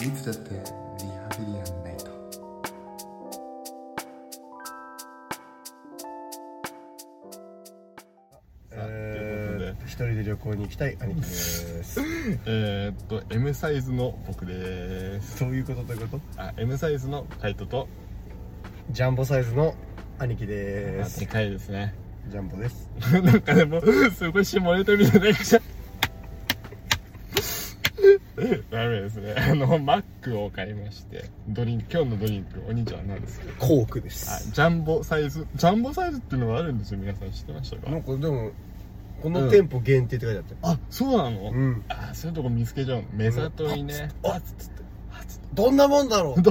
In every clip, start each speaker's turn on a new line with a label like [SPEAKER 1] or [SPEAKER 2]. [SPEAKER 1] いつだってリハビリやんないと
[SPEAKER 2] さあということで
[SPEAKER 3] 一人で旅行に行きたい兄貴です
[SPEAKER 2] えー、っと M サイズの僕です
[SPEAKER 3] そういうことということ
[SPEAKER 2] あ M サイズのカイトと
[SPEAKER 3] ジャンボサイズの兄貴で
[SPEAKER 2] あ
[SPEAKER 3] す
[SPEAKER 2] でかいですね
[SPEAKER 3] ジャンボです
[SPEAKER 2] なんかでもすごい下ネタみたいなじゃ ダメですねあのマックを買いましてドリンク今日のドリンクお兄ちゃんは何ですか
[SPEAKER 3] コークで
[SPEAKER 2] あジャンボサイズジャンボサイズっていうのがあるんですよ皆さん知ってましたか
[SPEAKER 3] なんかでもこ
[SPEAKER 2] うん
[SPEAKER 3] の店舗限定って書いてあったよ
[SPEAKER 2] あそうなの、
[SPEAKER 3] うん
[SPEAKER 2] あそういうとこ見つけちゃうの目ざといね
[SPEAKER 3] あっつってどんなもんだろう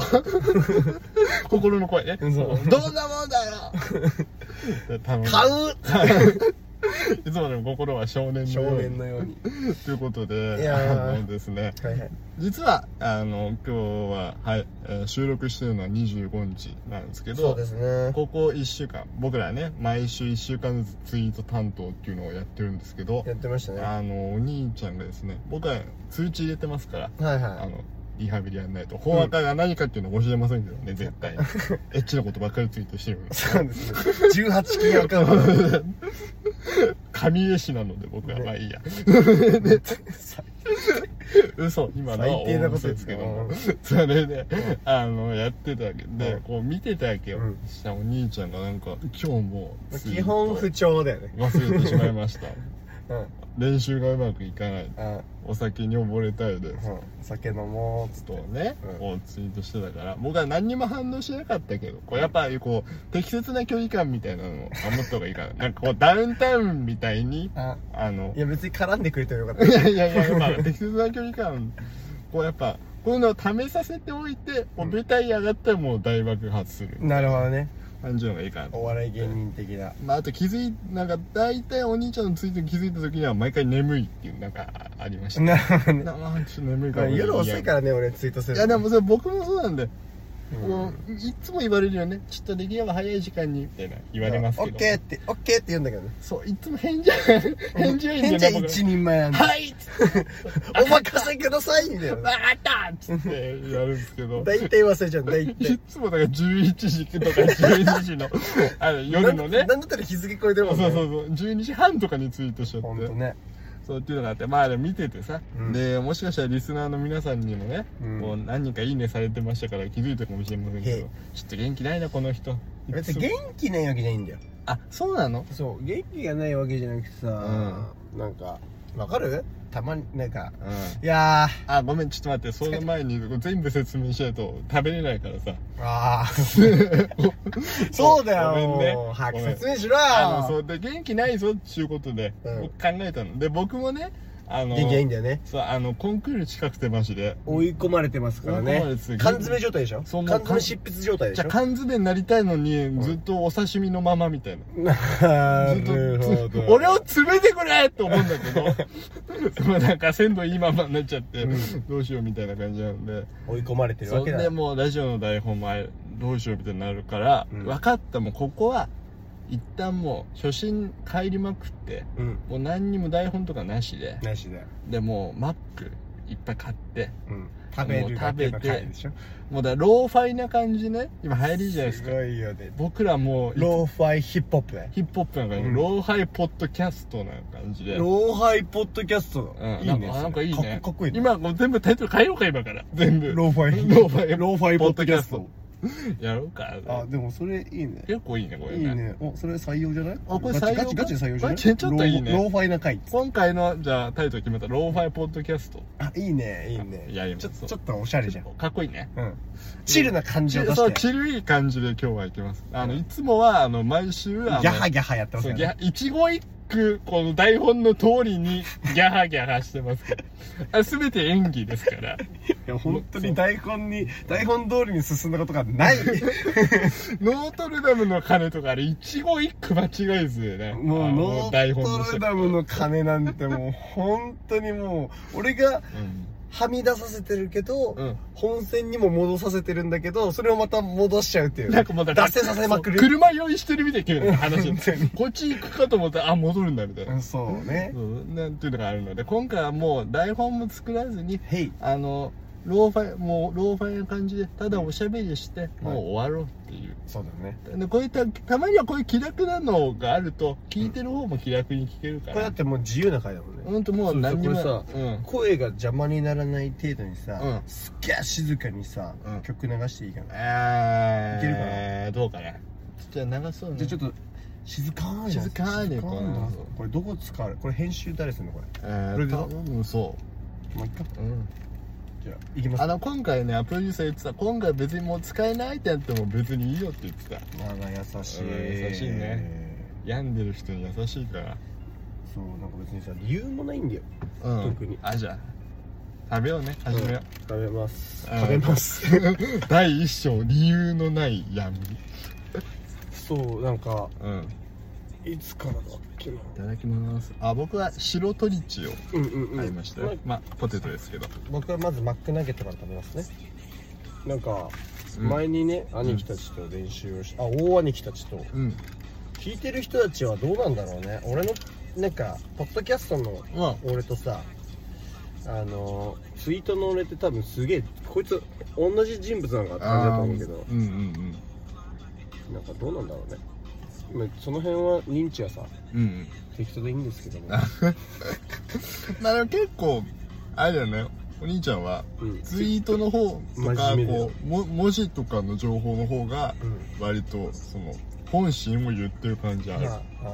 [SPEAKER 2] 心の声ね
[SPEAKER 3] うんそう
[SPEAKER 2] どんなもんだよ頼む
[SPEAKER 3] 買う
[SPEAKER 2] いつまでも心は少年の
[SPEAKER 3] 少
[SPEAKER 2] ように
[SPEAKER 3] 年のように
[SPEAKER 2] ということで
[SPEAKER 3] いやー
[SPEAKER 2] あのですね
[SPEAKER 3] はいはい
[SPEAKER 2] 実はあの今日は、はいえー収録してるのは25日なんですけ
[SPEAKER 3] そ
[SPEAKER 2] ど
[SPEAKER 3] うですね
[SPEAKER 2] ここ1週間僕らね毎週1週間ずつツイート担当っていうのをやってるんですけど
[SPEAKER 3] やってましたねは
[SPEAKER 2] あのお兄ちゃんがですね僕は通知入れてますから
[SPEAKER 3] い
[SPEAKER 2] あ
[SPEAKER 3] は
[SPEAKER 2] のリハビリやんないと本赤が何かっていうのを教えませんけどね絶 対エッチなことばっかりツイートしてるのに
[SPEAKER 3] いそうですね18金アカウント
[SPEAKER 2] 神絵師なので僕は
[SPEAKER 3] ね
[SPEAKER 2] まあいいや 嘘今のは
[SPEAKER 3] 最低なこと言っ
[SPEAKER 2] です
[SPEAKER 3] て
[SPEAKER 2] け
[SPEAKER 3] た
[SPEAKER 2] ど
[SPEAKER 3] な
[SPEAKER 2] もそれであのやってたわけで
[SPEAKER 3] うん
[SPEAKER 2] こう見てたわけよ
[SPEAKER 3] うん
[SPEAKER 2] したらお兄ちゃんがなんか今日もツイート
[SPEAKER 3] 基本不調だよね
[SPEAKER 2] 忘れてしまいました
[SPEAKER 3] うんうん
[SPEAKER 2] 練習がうまくいかないお酒に溺れたいです
[SPEAKER 3] うん酒飲もうっつって
[SPEAKER 2] とね、
[SPEAKER 3] うん
[SPEAKER 2] こうツイートしてたから僕は何にも反応しなかったけどこうやっぱりこう適切な距離感みたいなのを守った方がいいかななんかこうダウンタウンみたいに
[SPEAKER 3] あ
[SPEAKER 2] あの
[SPEAKER 3] いや別に絡んでくれてもよかった
[SPEAKER 2] いやいやいや、まあ、適切な距離感こうやっぱこういうのを試させておいてこう舞台上がってもう大爆発する
[SPEAKER 3] なるほどね
[SPEAKER 2] 感じのがいいかな
[SPEAKER 3] お笑い芸人的な
[SPEAKER 2] まあ、あと気づいなんか大体お兄ちゃんのツイートに気づいた時には毎回眠いっていうなんかありました
[SPEAKER 3] なるほどね
[SPEAKER 2] なあちょっと眠いか
[SPEAKER 3] ま
[SPEAKER 2] ら
[SPEAKER 3] あ夜遅いかららね俺ツイートする
[SPEAKER 2] いやでもそれ僕もそうなんで
[SPEAKER 3] うん
[SPEAKER 2] こういつも言われるよねちょっとできれば早い時間にみたいな言われますけど
[SPEAKER 3] オッケーってオッケーって言うんだけどね
[SPEAKER 2] そういつも返事返事はいいん
[SPEAKER 3] 返事
[SPEAKER 2] だよね
[SPEAKER 3] は
[SPEAKER 2] 僕
[SPEAKER 3] 一人前なんだ
[SPEAKER 2] はいっつって
[SPEAKER 3] お任せくださいみたい
[SPEAKER 2] 分
[SPEAKER 3] な
[SPEAKER 2] かったっつってやるんですけど
[SPEAKER 3] 大体忘れちゃう大
[SPEAKER 2] い
[SPEAKER 3] 体
[SPEAKER 2] つもだから11時とか12時の あの夜のね
[SPEAKER 3] なんだったら日付超えてる
[SPEAKER 2] そ
[SPEAKER 3] も
[SPEAKER 2] うんそ
[SPEAKER 3] ね
[SPEAKER 2] うそう12時半とかにツイートしちゃ
[SPEAKER 3] ほ
[SPEAKER 2] っ
[SPEAKER 3] んと
[SPEAKER 2] て
[SPEAKER 3] ね
[SPEAKER 2] そうっていうのがあってまあでも見ててさ、
[SPEAKER 3] うん
[SPEAKER 2] でもしかしたらリスナーの皆さんにもね、
[SPEAKER 3] うん
[SPEAKER 2] こう何人か「いいね」されてましたから気づいたかもしれませんけ
[SPEAKER 3] へ
[SPEAKER 2] どちょっと元気ないなこの人
[SPEAKER 3] 別に元気ないわけじゃないんだよ
[SPEAKER 2] あそうなの
[SPEAKER 3] そう元気がないわけじゃなくてさなんかわかるたまになんか
[SPEAKER 2] うん
[SPEAKER 3] いや
[SPEAKER 2] あ、ごめん、ちょっと待って、その前に全部説明しないと食べれないからさ。
[SPEAKER 3] ーあーそうだよ
[SPEAKER 2] ごめんね
[SPEAKER 3] もう早く
[SPEAKER 2] ごめん
[SPEAKER 3] 説明しろよ
[SPEAKER 2] あの、そう、で、元気ないぞっていうことで、
[SPEAKER 3] うん
[SPEAKER 2] 僕考えたの。で、僕もね、あの、
[SPEAKER 3] 元気ないんだよね
[SPEAKER 2] そう、あの、コンクール近くてマジで。
[SPEAKER 3] 追い込まれてますから
[SPEAKER 2] 追い
[SPEAKER 3] ね
[SPEAKER 2] 込まれてす
[SPEAKER 3] 缶
[SPEAKER 2] ぎ
[SPEAKER 3] 詰状態でしょ
[SPEAKER 2] そ
[SPEAKER 3] 缶
[SPEAKER 2] んな
[SPEAKER 3] 詰執筆状態で
[SPEAKER 2] じ
[SPEAKER 3] し
[SPEAKER 2] ゃあ
[SPEAKER 3] ょ
[SPEAKER 2] 缶詰になりたいのに、ずっとお刺身のままみたいな。
[SPEAKER 3] な
[SPEAKER 2] ずっと
[SPEAKER 3] るほど
[SPEAKER 2] 俺を詰めてくれと思うんだ けど、まあなんか鮮度いいままになっちゃって、
[SPEAKER 3] うん
[SPEAKER 2] どうしようみたいな感じなんで。
[SPEAKER 3] 追い込まれてる
[SPEAKER 2] そ
[SPEAKER 3] わ
[SPEAKER 2] う
[SPEAKER 3] けだ
[SPEAKER 2] でもうラジオの台本もあれどうしようみたいになるから、
[SPEAKER 3] うん
[SPEAKER 2] 分かったもうここは一旦もう初心帰りまくって
[SPEAKER 3] うん
[SPEAKER 2] もう何にも台本とかなしで、
[SPEAKER 3] なしだよ
[SPEAKER 2] でもうマックいっぱい買って
[SPEAKER 3] うん食べるだけの回でしょ
[SPEAKER 2] もうだからローファイな感じね今流行りじゃないで
[SPEAKER 3] す
[SPEAKER 2] すか
[SPEAKER 3] ごいよね
[SPEAKER 2] 僕らもう
[SPEAKER 3] ローファイヒップホップだよ
[SPEAKER 2] ヒップホップなんか、
[SPEAKER 3] うん
[SPEAKER 2] ローハイポッドキャストな感じで
[SPEAKER 3] ローファイポッドキャスト
[SPEAKER 2] うん
[SPEAKER 3] だいい
[SPEAKER 2] な
[SPEAKER 3] ね
[SPEAKER 2] んかなんかいい
[SPEAKER 3] それ
[SPEAKER 2] ね
[SPEAKER 3] かっこいいね
[SPEAKER 2] 今もう全部タイトル変えようか今から全部
[SPEAKER 3] ローファイ
[SPEAKER 2] ローファイ
[SPEAKER 3] ローファイポッドキャスト
[SPEAKER 2] やろうか
[SPEAKER 3] あでもそれいいね
[SPEAKER 2] 結構いいねこれ
[SPEAKER 3] いいねおそれ採用じゃない
[SPEAKER 2] あこれ
[SPEAKER 3] ガチ
[SPEAKER 2] 採用
[SPEAKER 3] ガチガチで採用じゃない
[SPEAKER 2] ガチちょっといいね
[SPEAKER 3] ローローファイな回
[SPEAKER 2] 今回のじゃあタイトル決めた「ローファイポッドキャスト
[SPEAKER 3] あいいねいいね
[SPEAKER 2] いやいや
[SPEAKER 3] ちょ
[SPEAKER 2] そう
[SPEAKER 3] ちょっとおしゃれ」じゃん
[SPEAKER 2] かっこいいね
[SPEAKER 3] うんチルな感じを出
[SPEAKER 2] そ
[SPEAKER 3] し
[SPEAKER 2] う
[SPEAKER 3] て
[SPEAKER 2] チルい感じで今日はいきますあのいつもはあの毎週あの
[SPEAKER 3] ギャハギャハやってます
[SPEAKER 2] そう
[SPEAKER 3] よ
[SPEAKER 2] ギ
[SPEAKER 3] ね
[SPEAKER 2] ャ一期一句この台本の通りにギャハギャハしてま すけどあ全て演技ですから
[SPEAKER 3] いや本当に台本に台本通りに進んだことが ない
[SPEAKER 2] ノートルダムの鐘とかあれ一期一句間違えずね
[SPEAKER 3] も
[SPEAKER 2] あ
[SPEAKER 3] う
[SPEAKER 2] の
[SPEAKER 3] ノ
[SPEAKER 2] 台本
[SPEAKER 3] ートルダムの鐘なんてもう本当にもう俺がはみ出させてるけど、
[SPEAKER 2] うん、うん
[SPEAKER 3] 本線にも戻させてるんだけどそれをまた戻しちゃうっていう
[SPEAKER 2] なんかもうだから
[SPEAKER 3] 脱線させまく
[SPEAKER 2] そう
[SPEAKER 3] る
[SPEAKER 2] 車用意してるみたいな話
[SPEAKER 3] 本当に
[SPEAKER 2] こっち行くかと思ったらあ戻るんだみたいな
[SPEAKER 3] うんそうね
[SPEAKER 2] そうなんていうのがあるので今回はもう台本も作らずに
[SPEAKER 3] 「へい
[SPEAKER 2] あのローファイもうローファイな感じでただおしゃべりして、もう終わろうっていう
[SPEAKER 3] そうだね
[SPEAKER 2] でこういったたまにはこういう気楽なのがあると聞いてる方も気楽に聞けるか
[SPEAKER 3] これだ
[SPEAKER 2] ら
[SPEAKER 3] ってもう自由な回だもんね、
[SPEAKER 2] ほんともう何にも
[SPEAKER 3] そうそうこ
[SPEAKER 2] うんうん
[SPEAKER 3] 声が邪魔にならない程度にさ、
[SPEAKER 2] うん
[SPEAKER 3] すっげえ静かにさ、
[SPEAKER 2] うん
[SPEAKER 3] 曲流していいかな、
[SPEAKER 2] あー
[SPEAKER 3] いけるかな
[SPEAKER 2] どうかなじゃあ長そうね
[SPEAKER 3] じゃあちょっと静かに
[SPEAKER 2] 静かに
[SPEAKER 3] 静かな
[SPEAKER 2] こう
[SPEAKER 3] これどこ使うこれ編集誰すんのこれ
[SPEAKER 2] えー
[SPEAKER 3] これで
[SPEAKER 2] 多分そ
[SPEAKER 3] もう一回
[SPEAKER 2] う、うん、
[SPEAKER 3] じゃあ行きます
[SPEAKER 2] あの今回ねプロデューサー言ってた今回別にもう使えないってやっても別にいいよって言ってた
[SPEAKER 3] まだ優しい、
[SPEAKER 2] うん優しいね病んでる人に優しいから
[SPEAKER 3] そうなんか別にさ理由もないんだよ
[SPEAKER 2] うん
[SPEAKER 3] 特に
[SPEAKER 2] あじゃあ食べようね始めよ
[SPEAKER 3] 食べます
[SPEAKER 2] うん
[SPEAKER 3] 食べます
[SPEAKER 2] う、第一章理由のない闇
[SPEAKER 3] そうなんか
[SPEAKER 2] うん
[SPEAKER 3] いつからだっけない
[SPEAKER 2] ただきますあ僕は白トリチを
[SPEAKER 3] うんうん
[SPEAKER 2] 買いましたよ、まあポテトですけど
[SPEAKER 3] 僕はまずマックナゲットから食べますねなんか
[SPEAKER 2] うん
[SPEAKER 3] 前にね、兄貴たちと練習をしあ大兄貴たちと
[SPEAKER 2] うん
[SPEAKER 3] 聞いてる人たちはどうなんだろうね俺のなんかポッドキャストの
[SPEAKER 2] ま
[SPEAKER 3] 俺とさあのツイートの俺って多分すげえこいつ同じ人物なのかって感じだと思うけど
[SPEAKER 2] うんうん
[SPEAKER 3] なんかどうなんだろうねまあその辺は認知はさ
[SPEAKER 2] うんうんうん
[SPEAKER 3] 適当でいいんですけども、
[SPEAKER 2] まあでも結構あれだよねお兄ちゃんは
[SPEAKER 3] うん
[SPEAKER 2] ツイートの方とか
[SPEAKER 3] 真面目だよ
[SPEAKER 2] こうも文字とかの情報の方が
[SPEAKER 3] うん
[SPEAKER 2] 割とその本心を言ってる感じある、
[SPEAKER 3] まああ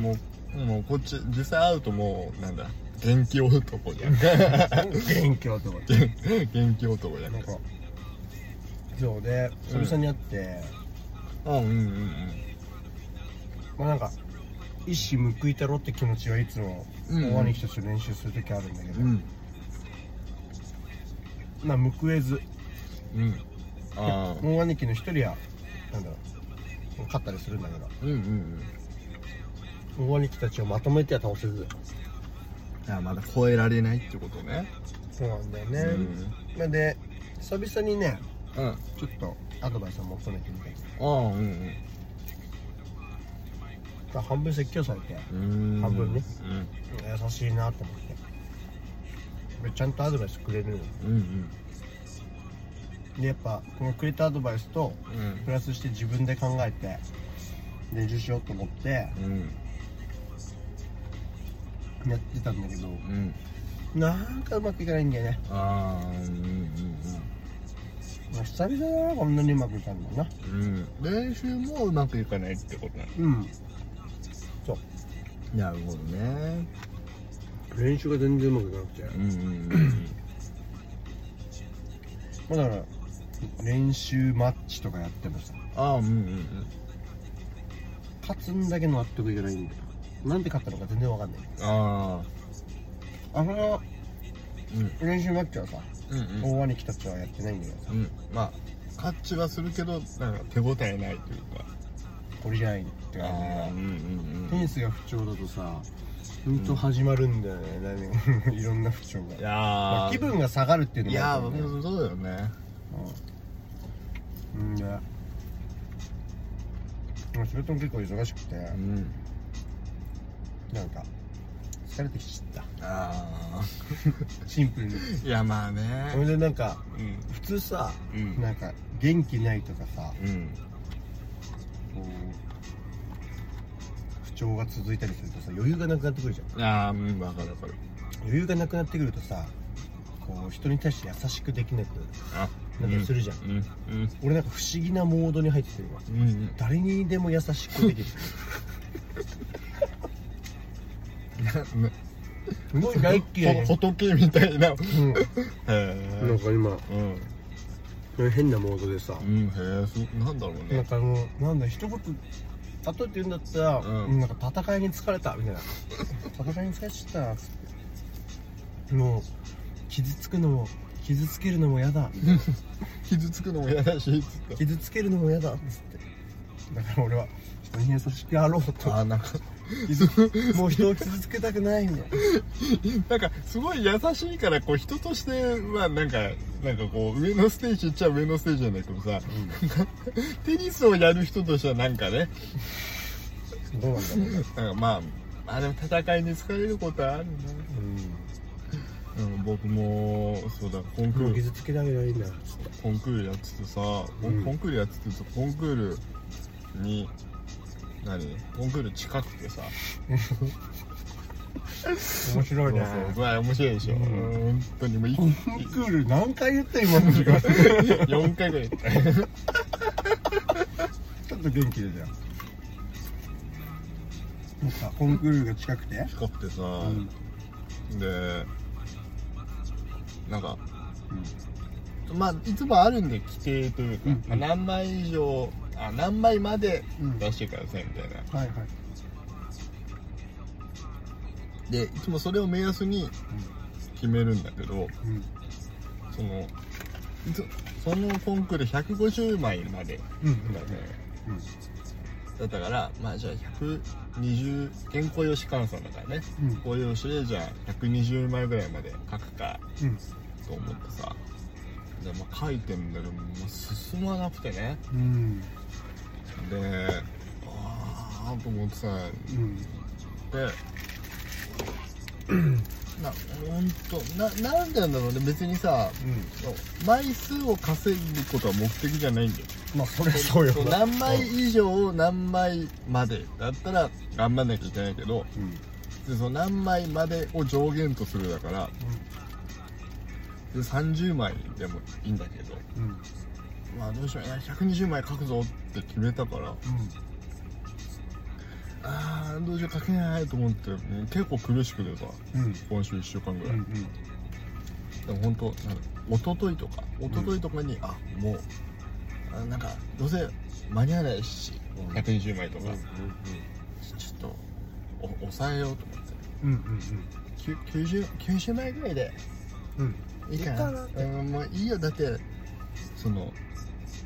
[SPEAKER 2] もうもうこっち実際会うともうなんだ元気男 じゃん
[SPEAKER 3] あ勉強とか
[SPEAKER 2] 元気男じゃん
[SPEAKER 3] なんかそうで久々に会って、
[SPEAKER 2] うんうんうん
[SPEAKER 3] まあなんか一矢報いたろって気持ちはいつも
[SPEAKER 2] うんうん
[SPEAKER 3] 大兄貴たちと練習する時あるんだけど、
[SPEAKER 2] うん
[SPEAKER 3] まあ報えず
[SPEAKER 2] うんああ
[SPEAKER 3] 大兄貴の一人はなんだろう勝ったりするんだけど
[SPEAKER 2] うんうんうん
[SPEAKER 3] 大兄貴たちをまとめては倒せず
[SPEAKER 2] じゃあまだ超えられないってことね
[SPEAKER 3] そうなんだよ
[SPEAKER 2] う
[SPEAKER 3] ね、
[SPEAKER 2] ん
[SPEAKER 3] まあで久々にね
[SPEAKER 2] うん
[SPEAKER 3] ちょっとアドバイスを求めてみたり
[SPEAKER 2] ああうん
[SPEAKER 3] まあ半分説教されて
[SPEAKER 2] うん
[SPEAKER 3] 半分ね
[SPEAKER 2] うん
[SPEAKER 3] 優しいなと思ってでちゃんとアドバイスくれるのよ
[SPEAKER 2] うん
[SPEAKER 3] でやっぱこのくれたアドバイスと
[SPEAKER 2] うんうん
[SPEAKER 3] プラスして自分で考えて練習しようと思ってや
[SPEAKER 2] うん
[SPEAKER 3] ってたんだけど
[SPEAKER 2] うん
[SPEAKER 3] なんかうまくいかないんだよね、
[SPEAKER 2] ああうん
[SPEAKER 3] まあ、久々だなこんなにうまくいかんだな
[SPEAKER 2] うんうんうん練習もうまくいかないってことな
[SPEAKER 3] うん
[SPEAKER 2] なるほどね
[SPEAKER 3] 練習が全然うまくいかなくて
[SPEAKER 2] うんうんうん
[SPEAKER 3] まあだから練習マッチとかやってもさ
[SPEAKER 2] ああうんうんうん
[SPEAKER 3] 勝つんだけ納得いかないんだよなんで勝ったのか全然わかんない
[SPEAKER 2] ああ
[SPEAKER 3] あの
[SPEAKER 2] うん
[SPEAKER 3] 練習マッチはさ
[SPEAKER 2] うんうん
[SPEAKER 3] 大兄貴たちはやってないんだよ
[SPEAKER 2] うん、まあカッチはするけどなんか手応えないというか
[SPEAKER 3] これじゃないって感じ
[SPEAKER 2] うんうん
[SPEAKER 3] テニスが不調だとさほんと始まるんだよね、 何もいろんな不調が
[SPEAKER 2] いやー、
[SPEAKER 3] まあ気分が下がるっていうの
[SPEAKER 2] い
[SPEAKER 3] も
[SPEAKER 2] や
[SPEAKER 3] あ
[SPEAKER 2] ー
[SPEAKER 3] るけどね
[SPEAKER 2] 僕もそうだよね
[SPEAKER 3] うんうんでまあ仕事も結構忙しくて、
[SPEAKER 2] ん
[SPEAKER 3] なんか疲れてきちゃっ
[SPEAKER 2] あ
[SPEAKER 3] たシンプルに
[SPEAKER 2] あいやまあ
[SPEAKER 3] それ
[SPEAKER 2] ね
[SPEAKER 3] でなんか
[SPEAKER 2] うん
[SPEAKER 3] 普通さ、
[SPEAKER 2] うん
[SPEAKER 3] なんか元気ないとかさ
[SPEAKER 2] うん
[SPEAKER 3] こう不調が続いたりするとさ余裕がなくなってくるじゃん
[SPEAKER 2] ああうんわかるわかる
[SPEAKER 3] 余裕がなくなってくるとさこう人に対して優しくできなく
[SPEAKER 2] あ
[SPEAKER 3] なんかするじゃん
[SPEAKER 2] うんうん
[SPEAKER 3] 俺なんか不思議なモードに入ってるわ
[SPEAKER 2] うんうん
[SPEAKER 3] 誰にでも優しくできるすごい大っ嫌い
[SPEAKER 2] ほ
[SPEAKER 3] な
[SPEAKER 2] 仏みた いなへ
[SPEAKER 3] うんな
[SPEAKER 2] え
[SPEAKER 3] んか今
[SPEAKER 2] うん
[SPEAKER 3] 変なモードでさ、
[SPEAKER 2] うんへえすなんだろう
[SPEAKER 3] なん
[SPEAKER 2] ね
[SPEAKER 3] かもうなんだ一言例えて言うんだったら、
[SPEAKER 2] うん
[SPEAKER 3] なんか戦いに疲れたみたいな戦いに疲れちゃったっつってもう傷つくのも傷つけるのも嫌だみたいな
[SPEAKER 2] 傷つくのも嫌だしつって
[SPEAKER 3] 傷つけるのも嫌だっつってだから俺は人に優しくやろうと
[SPEAKER 2] あーなんか
[SPEAKER 3] 傷もう人を傷つけたくないみたいな
[SPEAKER 2] なんかすごい優しいからこう人としてはなんかなんかこう上のステージっちゃ上のステージなんだけどさ、テニスをやる人としてはなんかね
[SPEAKER 3] どうなんだろうね
[SPEAKER 2] なんかまああでも戦いに疲れることはあるな
[SPEAKER 3] うん
[SPEAKER 2] うん、僕もそうだコンク
[SPEAKER 3] もう
[SPEAKER 2] ール
[SPEAKER 3] 傷つけられないんだ
[SPEAKER 2] コンクールやっててさ、僕
[SPEAKER 3] うん
[SPEAKER 2] コンクールやっててさコンクールに何コンクール近くてさ
[SPEAKER 3] 面白
[SPEAKER 2] そうそううわ面白いでしょ、
[SPEAKER 3] う
[SPEAKER 2] うんん、本当にもうい
[SPEAKER 3] コンクール何回言った今の時間ち
[SPEAKER 2] 4回ぐらい行った
[SPEAKER 3] ょっと元気でじゃんもうさコンクールが近くて
[SPEAKER 2] 近くてさ、
[SPEAKER 3] うん
[SPEAKER 2] でなんかまあいつもあるんで規定というか、
[SPEAKER 3] うんうん
[SPEAKER 2] まあ何枚以上あ何枚まで
[SPEAKER 3] うん
[SPEAKER 2] 出してくださいみたいな
[SPEAKER 3] はいはい
[SPEAKER 2] でいつもそれを目安に決めるんだけど
[SPEAKER 3] うん
[SPEAKER 2] そのいつそのコンクール150枚まで
[SPEAKER 3] うん
[SPEAKER 2] だ,、ね、
[SPEAKER 3] うん
[SPEAKER 2] だったからまあじゃあ120原稿用紙換算だからね
[SPEAKER 3] うん
[SPEAKER 2] こういう紙でじゃあ120枚ぐらいまで書くか
[SPEAKER 3] うん
[SPEAKER 2] と思ってさで、まあ、書いてんだけどもう進まなくてね
[SPEAKER 3] うん
[SPEAKER 2] でああと思ってさ
[SPEAKER 3] うん
[SPEAKER 2] で な本当ななんでなんだろうね別にさ枚数を稼ぐことは目的じゃないんだよ
[SPEAKER 3] まあそれはそうよ
[SPEAKER 2] そう何枚以上を何枚までだったら頑張んなきゃいけないけど
[SPEAKER 3] うん
[SPEAKER 2] でその何枚までを上限とするだからで30枚でもいいんだけど
[SPEAKER 3] うんうん
[SPEAKER 2] まあどうしよういや120枚書くぞって決めたからあーどうしよう書けないと思ってもう結構苦しくてさ
[SPEAKER 3] うんうん
[SPEAKER 2] 今週1週間ぐ
[SPEAKER 3] う
[SPEAKER 2] らい、
[SPEAKER 3] んうん
[SPEAKER 2] でも本当なんか一昨日とか一昨日とかに、あもうあなんかどうせ間に合わないし、
[SPEAKER 3] うん
[SPEAKER 2] 120枚とか、ちょっとお抑えようと思って
[SPEAKER 3] うんうん
[SPEAKER 2] きゅ 90, 90枚ぐらいで
[SPEAKER 3] うんうん
[SPEAKER 2] いいか
[SPEAKER 3] いいかな
[SPEAKER 2] なうんもういいよだってその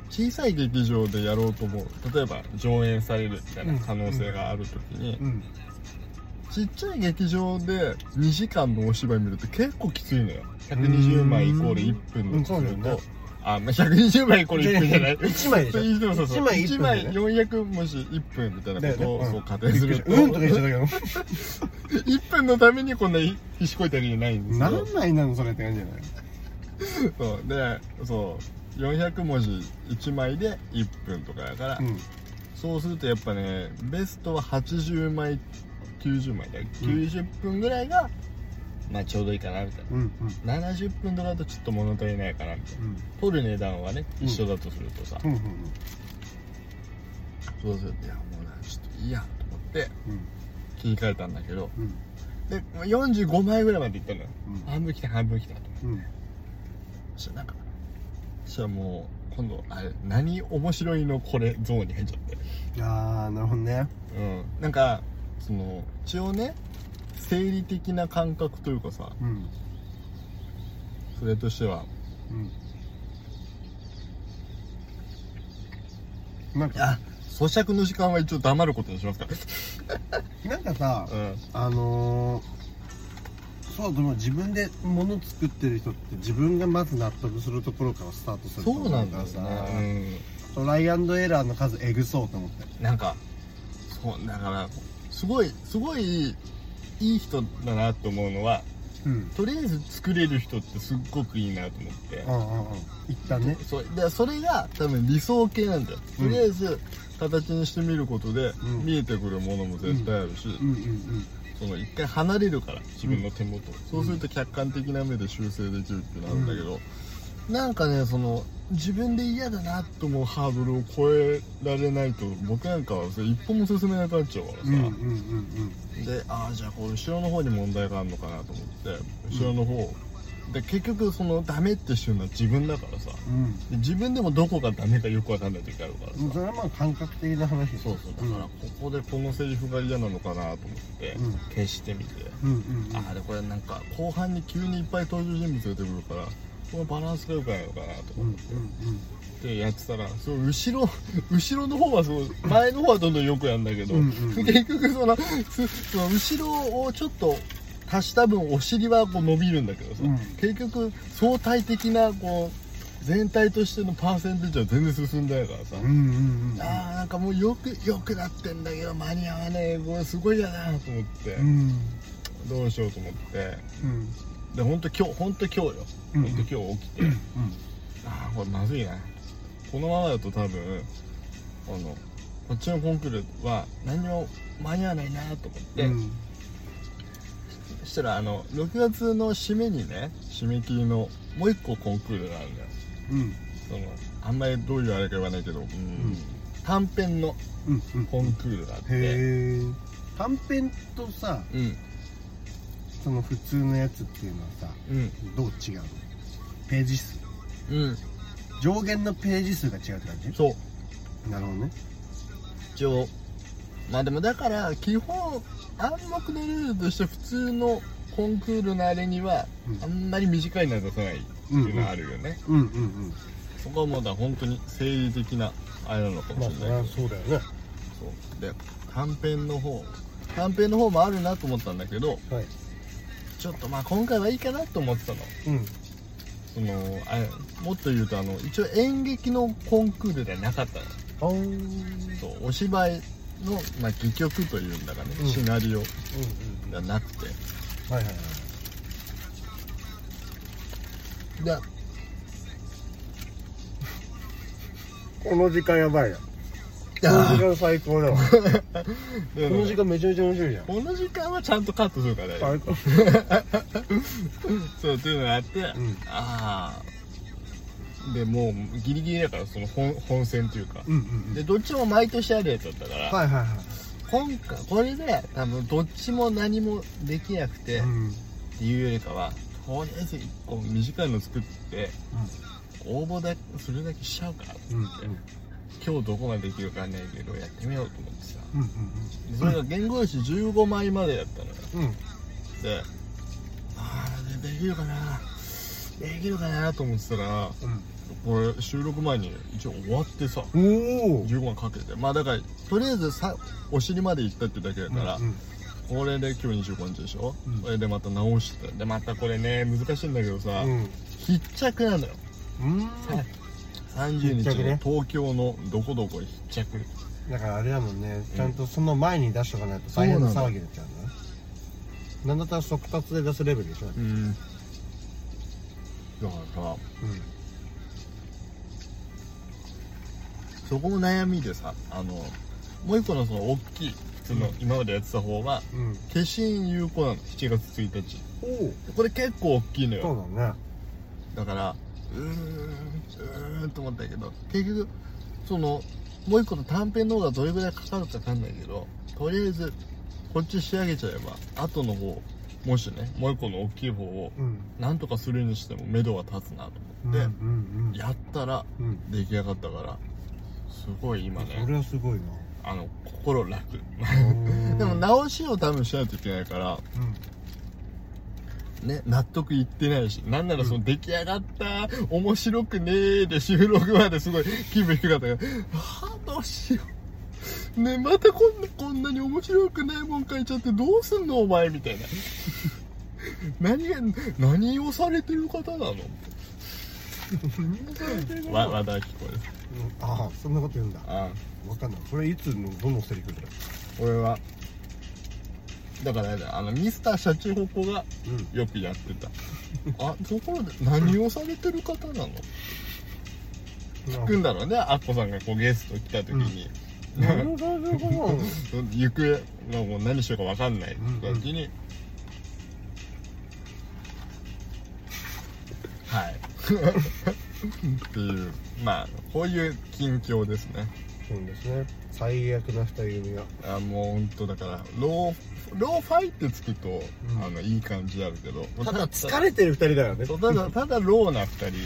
[SPEAKER 2] 小さい劇場でやろうと思う例えば上演されるみたいな可能性がある時に、
[SPEAKER 3] うん
[SPEAKER 2] ちっちゃい劇場で2時間のお芝居見るって結構きついのよ120枚イコール1
[SPEAKER 3] う
[SPEAKER 2] 分
[SPEAKER 3] ん
[SPEAKER 2] だとする
[SPEAKER 3] うんそうだ
[SPEAKER 2] と、
[SPEAKER 3] よね
[SPEAKER 2] あまあ120枚イコール1分じゃ ない
[SPEAKER 3] 1枚でしょ
[SPEAKER 2] そうそうそう
[SPEAKER 3] 1枚1分だ
[SPEAKER 2] 1
[SPEAKER 3] よ
[SPEAKER 2] 枚
[SPEAKER 3] ね
[SPEAKER 2] 400もし1分みたいなことを、そう仮
[SPEAKER 3] び
[SPEAKER 2] 定
[SPEAKER 3] っく
[SPEAKER 2] す
[SPEAKER 3] りし
[SPEAKER 2] る
[SPEAKER 3] た
[SPEAKER 2] と、
[SPEAKER 3] うんとか言っちゃったけ
[SPEAKER 2] 1分のためにこんなひしこいたりじゃないんで
[SPEAKER 3] ど
[SPEAKER 2] す
[SPEAKER 3] なんな
[SPEAKER 2] よ
[SPEAKER 3] いなのそれって感じじゃない
[SPEAKER 2] そうでそう400文字1枚で1分とかやから、
[SPEAKER 3] うん
[SPEAKER 2] そうするとやっぱねベストは80枚90枚だよ90分ぐらいが、まあちょうどいいかなみたい
[SPEAKER 3] うんうん
[SPEAKER 2] な70分とかだとちょっと物足りないかなみたいな
[SPEAKER 3] うん
[SPEAKER 2] 取る値段はね
[SPEAKER 3] うん
[SPEAKER 2] 一緒だとするとさ、
[SPEAKER 3] うんうん
[SPEAKER 2] そうするといやもうなちょっといいやと思って
[SPEAKER 3] うん
[SPEAKER 2] 切り替えたんだけど
[SPEAKER 3] うん
[SPEAKER 2] でもう45枚ぐらいまでいったのよ
[SPEAKER 3] うん
[SPEAKER 2] 半分来た半分来たと
[SPEAKER 3] うん
[SPEAKER 2] そしたらなんかそしたらもう今度あれ何面白いのこれゾーンに入っちゃって
[SPEAKER 3] ああなるほどね
[SPEAKER 2] うんなんかその一応ね生理的な感覚というかさ
[SPEAKER 3] うん
[SPEAKER 2] それとしては
[SPEAKER 3] うんなんか
[SPEAKER 2] あ咀嚼の時間は一応黙ることにしますか
[SPEAKER 3] なんかさ
[SPEAKER 2] らうん
[SPEAKER 3] あのーそうでも自分で物作ってる人って自分がまず納得するところからスタートすると
[SPEAKER 2] そう
[SPEAKER 3] 思
[SPEAKER 2] なん
[SPEAKER 3] か
[SPEAKER 2] だよ
[SPEAKER 3] らさ
[SPEAKER 2] ね
[SPEAKER 3] トライアンドエラーの数えぐそうと思って
[SPEAKER 2] うんなんかそうだからすごいすごいいい人だなと思うのは
[SPEAKER 3] うん
[SPEAKER 2] とりあえず作れる人ってすっごくいいなと思って
[SPEAKER 3] うんうんうん一旦ね
[SPEAKER 2] そでそれが多分理想形なんだよ、
[SPEAKER 3] うん
[SPEAKER 2] とりあえず形にしてみることで、
[SPEAKER 3] ん
[SPEAKER 2] 見えてくるものも絶対あるし、
[SPEAKER 3] うんうんうん
[SPEAKER 2] その一回離れるから自分の手元、そうすると客観的な目で修正できるってなるんだけど、なんかねその自分で嫌だなと思うハードルを超えられないと僕なんかはそれ一歩も進めなくなっちゃうからさ、
[SPEAKER 3] うんうんうん
[SPEAKER 2] でああじゃあこう後ろの方に問題があるのかなと思って後ろの方、で結局そのダメってしてるのは自分だからさ、
[SPEAKER 3] うん
[SPEAKER 2] で自分でもどこがダメかよくわかんない時あるからさ、
[SPEAKER 3] うんそれはまあ感覚的な話
[SPEAKER 2] そうそうだからここでこのセリフが嫌なのかなと思って、
[SPEAKER 3] うん
[SPEAKER 2] 消してみて、
[SPEAKER 3] うんうんうん
[SPEAKER 2] ああでこれなんか後半に急にいっぱい登場人物出てくるからこのバランスが良くないのかなと
[SPEAKER 3] うんう
[SPEAKER 2] 思
[SPEAKER 3] ん
[SPEAKER 2] ってやってたら、その後ろ後ろの方はそう前の方はどんどんよくやるんだけど、
[SPEAKER 3] うんうんうん
[SPEAKER 2] 結局そのすその後ろをちょっと足した分お尻はこう伸びるんだけどさ、
[SPEAKER 3] うん
[SPEAKER 2] 結局相対的なこう全体としてのパーセンテージは全然進んでないからさ、
[SPEAKER 3] うんうんうんうん
[SPEAKER 2] ああなんかもうよくよくなってんだけど間に合わねえこれすごいやなと思って、
[SPEAKER 3] うん
[SPEAKER 2] どうしようと思って
[SPEAKER 3] うん
[SPEAKER 2] で本当今日本当今日よ
[SPEAKER 3] うん
[SPEAKER 2] 本当今日起きて、ああこれまずいなこのままだと多分あのこっちのコンクールは何にも間に合わないなと思って、
[SPEAKER 3] うん
[SPEAKER 2] そしたらあの6月の締めにね締め切りのもう一個コンクールがあるんだよ
[SPEAKER 3] うん
[SPEAKER 2] そのあんまりどういうあれか言わないけど、うん短編の
[SPEAKER 3] うんうん
[SPEAKER 2] コンクールがあって、
[SPEAKER 3] へえ短編とさ
[SPEAKER 2] うん
[SPEAKER 3] その普通のやつっていうのはさ
[SPEAKER 2] うん
[SPEAKER 3] どう違うのページ数
[SPEAKER 2] うん
[SPEAKER 3] 上限のページ数が違うって感じ
[SPEAKER 2] そう
[SPEAKER 3] なるほどね
[SPEAKER 2] 一応まあでもだから基本暗黙のルールとして普通のコンクールのあれには
[SPEAKER 3] うん
[SPEAKER 2] あんまり短いのは出さないっていうのはあるよね、
[SPEAKER 3] うんうん
[SPEAKER 2] そこはもうだから本当に生理的なあれなのか
[SPEAKER 3] うん
[SPEAKER 2] もしれないけ
[SPEAKER 3] そ
[SPEAKER 2] ど、
[SPEAKER 3] うだよね
[SPEAKER 2] そうで短編の方短編の方もあるなと思ったんだけど
[SPEAKER 3] はい
[SPEAKER 2] ちょっとまあ今回はいいかなと思ってたの
[SPEAKER 3] うん
[SPEAKER 2] そのあれもっと言うとあの一応演劇のコンクールではなかったの
[SPEAKER 3] あうんうん
[SPEAKER 2] そうお芝居の、まあ、戯曲というんだかね、
[SPEAKER 3] うん
[SPEAKER 2] シナリオじゃなくて
[SPEAKER 3] はいはいはい
[SPEAKER 2] で
[SPEAKER 3] この時間やばいよこ
[SPEAKER 2] やー
[SPEAKER 3] 間最高だわ
[SPEAKER 2] で
[SPEAKER 3] この時間めちゃめちゃ面白いじゃん
[SPEAKER 2] この時間はちゃんとカットするからね
[SPEAKER 3] 最高
[SPEAKER 2] そうっていうのがあって、
[SPEAKER 3] ん
[SPEAKER 2] ああでもうギリギリだからその本本戦というか、
[SPEAKER 3] うんうん
[SPEAKER 2] でどっちも毎年あるやつだったから、
[SPEAKER 3] はいはいは
[SPEAKER 2] 今回これで多分どっちも何もできなくて、
[SPEAKER 3] い
[SPEAKER 2] っ
[SPEAKER 3] ん
[SPEAKER 2] ていうよりかはとりあえず1個短いの作って応募だそれだけしちゃうかなと
[SPEAKER 3] うんうん
[SPEAKER 2] 思って、今日どこまでできるかわかんないけどやってみようと思ってさ
[SPEAKER 3] うん
[SPEAKER 2] でそれが言語用紙15枚までだったのよ
[SPEAKER 3] うんうん
[SPEAKER 2] でああでできるかなできるかなと思ってたらこれ収録前に一応終わってさ
[SPEAKER 3] うんおお
[SPEAKER 2] 15万かけてまあだからとりあえずさお尻まで行ったってだけだから、これで今日25日でしょ、
[SPEAKER 3] うん
[SPEAKER 2] これでまた直してでまたこれね難しいんだけどさ、
[SPEAKER 3] うん
[SPEAKER 2] 必着なのよ
[SPEAKER 3] うん
[SPEAKER 2] 30
[SPEAKER 3] 必
[SPEAKER 2] 日
[SPEAKER 3] 着
[SPEAKER 2] の
[SPEAKER 3] ね
[SPEAKER 2] 東京のどこどこへ必着
[SPEAKER 3] だからあれだもんねちゃんとその前に出しとかないと大変な騒ぎになっちゃうねなんだったら速達で出すレベルでしょ
[SPEAKER 2] うんだからさ
[SPEAKER 3] う
[SPEAKER 2] そこも悩みでさあのもう一個のその大きい普通の今までやってた方は
[SPEAKER 3] んうん
[SPEAKER 2] 消印有効なの7月1日
[SPEAKER 3] おお
[SPEAKER 2] これ結構大きいのよ
[SPEAKER 3] そうだね
[SPEAKER 2] だからうーんうーんと思ったけど結局そのもう一個の短編の方がどれぐらいかかるか分かんないけどとりあえずこっち仕上げちゃえば後の方もしねもう一個の大きい方を
[SPEAKER 3] うん
[SPEAKER 2] なんとかするにしても目処は立つなと
[SPEAKER 3] う
[SPEAKER 2] 思
[SPEAKER 3] ん
[SPEAKER 2] って、
[SPEAKER 3] うん
[SPEAKER 2] やったら
[SPEAKER 3] うんうん
[SPEAKER 2] 出来上がったからすごい今
[SPEAKER 3] それ
[SPEAKER 2] ね
[SPEAKER 3] はすごいな
[SPEAKER 2] あの心楽で
[SPEAKER 3] で
[SPEAKER 2] も直しを多分しないといけないから
[SPEAKER 3] うん
[SPEAKER 2] ね、納得いってないし、なんならその出来上がった、面白くねーで収録まですごい気分低かったから、はぁ、どうしよう。ね、またこんな、こんなに面白くないもん書いちゃってどうすんのお前みたいな。何が、何をされてる方 なのわ、和田アキ子です。
[SPEAKER 3] うんああそんなこと言うんだ
[SPEAKER 2] ああ、
[SPEAKER 3] わかんないこれいつのどのセリフだよ
[SPEAKER 2] 俺は、だからあれだ、あの、ミスターシャチホコが
[SPEAKER 3] うん
[SPEAKER 2] よくやってた。 あ、ところで何をされてる方なの聞くんだろうねアッコさんがこうゲスト来た時に、
[SPEAKER 3] なるほど
[SPEAKER 2] 行方がもう何しようか分かんない時に、はいっていうまあこういう近況ですね
[SPEAKER 3] そうですね最悪な二人組が
[SPEAKER 2] あもう本当だからローローファイってつくと、
[SPEAKER 3] ん
[SPEAKER 2] あのいい感じあるけど
[SPEAKER 3] ただ疲れてる二人だよね
[SPEAKER 2] そうただただローな2人、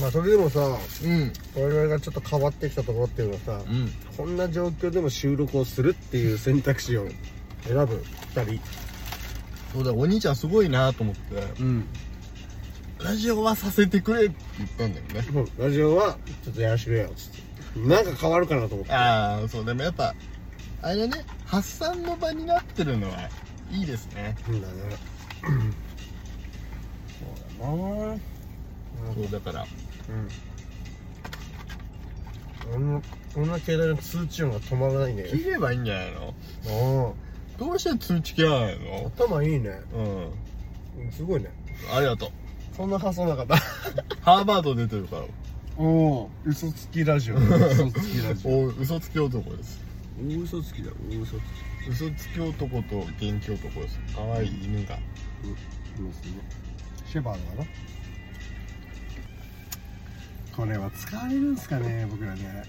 [SPEAKER 3] まあそれでもさ
[SPEAKER 2] うん、うん
[SPEAKER 3] 我々がちょっと変わってきたところっていうのはさ
[SPEAKER 2] うん
[SPEAKER 3] こんな状況でも収録をするっていう選択肢を選ぶ二人
[SPEAKER 2] そうだお兄ちゃんすごいなと思って
[SPEAKER 3] うん
[SPEAKER 2] ラジオはさせてくれって言ったんだよね
[SPEAKER 3] ラジオはちょっとやらしてくれよつってなんか変わるかなと思って
[SPEAKER 2] ああそうでもやっぱあれだね発散の場になってるのはいいですね
[SPEAKER 3] うんだねそうだな
[SPEAKER 2] そうだから
[SPEAKER 3] うんこんなこんな携帯の通知音が止まらないんだよ
[SPEAKER 2] 切ればいいんじゃないの
[SPEAKER 3] ああ
[SPEAKER 2] どうの人は通知来ないの
[SPEAKER 3] 頭いいね
[SPEAKER 2] うん
[SPEAKER 3] うんすごいね
[SPEAKER 2] ありがとう
[SPEAKER 3] そんな発想なかった
[SPEAKER 2] ハーバード出てるから
[SPEAKER 3] おお嘘つきラジオ嘘つきラ
[SPEAKER 2] お嘘つき男です
[SPEAKER 3] 大嘘つきだ大嘘つき
[SPEAKER 2] 嘘つき男と元気男です可愛い犬が
[SPEAKER 3] シェバードかなこれは使われるんですかね僕らね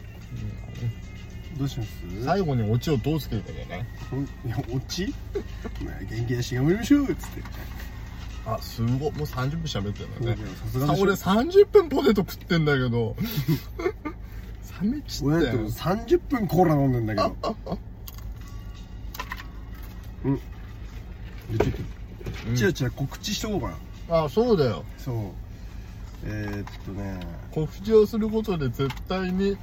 [SPEAKER 3] どうします
[SPEAKER 2] 最後にオチをどうつけるかだよね
[SPEAKER 3] ほんいや落ちまあ元気出し頑張りましょうっつって
[SPEAKER 2] あすごいもう30分喋ってるんだね
[SPEAKER 3] さす
[SPEAKER 2] さ
[SPEAKER 3] がでし
[SPEAKER 2] 俺
[SPEAKER 3] ょ
[SPEAKER 2] 30分ポテト食ってんだけど冷めちった
[SPEAKER 3] 俺だって
[SPEAKER 2] よ
[SPEAKER 3] 30分コーラ飲んでんだけどうんでちょっとチラチラ告知しとこうかな
[SPEAKER 2] あそうだよ
[SPEAKER 3] そうえー、っとね
[SPEAKER 2] 告知をすることで絶対に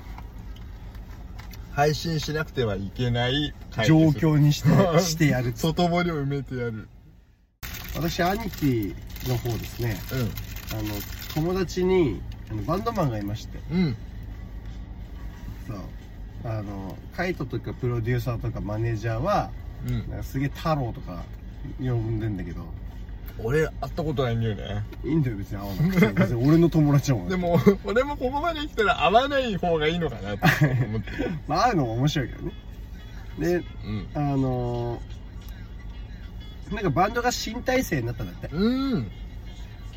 [SPEAKER 2] 配信しなくてはいけない回
[SPEAKER 3] 状
[SPEAKER 2] です
[SPEAKER 3] 況にしてしてやると
[SPEAKER 2] 外堀を埋めてやる
[SPEAKER 3] 私兄貴の方ですね
[SPEAKER 2] う
[SPEAKER 3] あの友達にあのバンドマンがいまして
[SPEAKER 2] んうん
[SPEAKER 3] そうあのカイトとかプロデューサーとかマネージャーは
[SPEAKER 2] うん
[SPEAKER 3] なんかすげえ太郎とか呼んでんだけど
[SPEAKER 2] 俺会ったことないんだよね
[SPEAKER 3] いいんだよ別に会わなくて別に俺の友達だもん
[SPEAKER 2] でも俺もここまで来たら会わない方がいいのかなって思ってる
[SPEAKER 3] まあ会うのも面白いけどねで
[SPEAKER 2] うん
[SPEAKER 3] あのーなんかバンドが新体制になったんだって
[SPEAKER 2] うん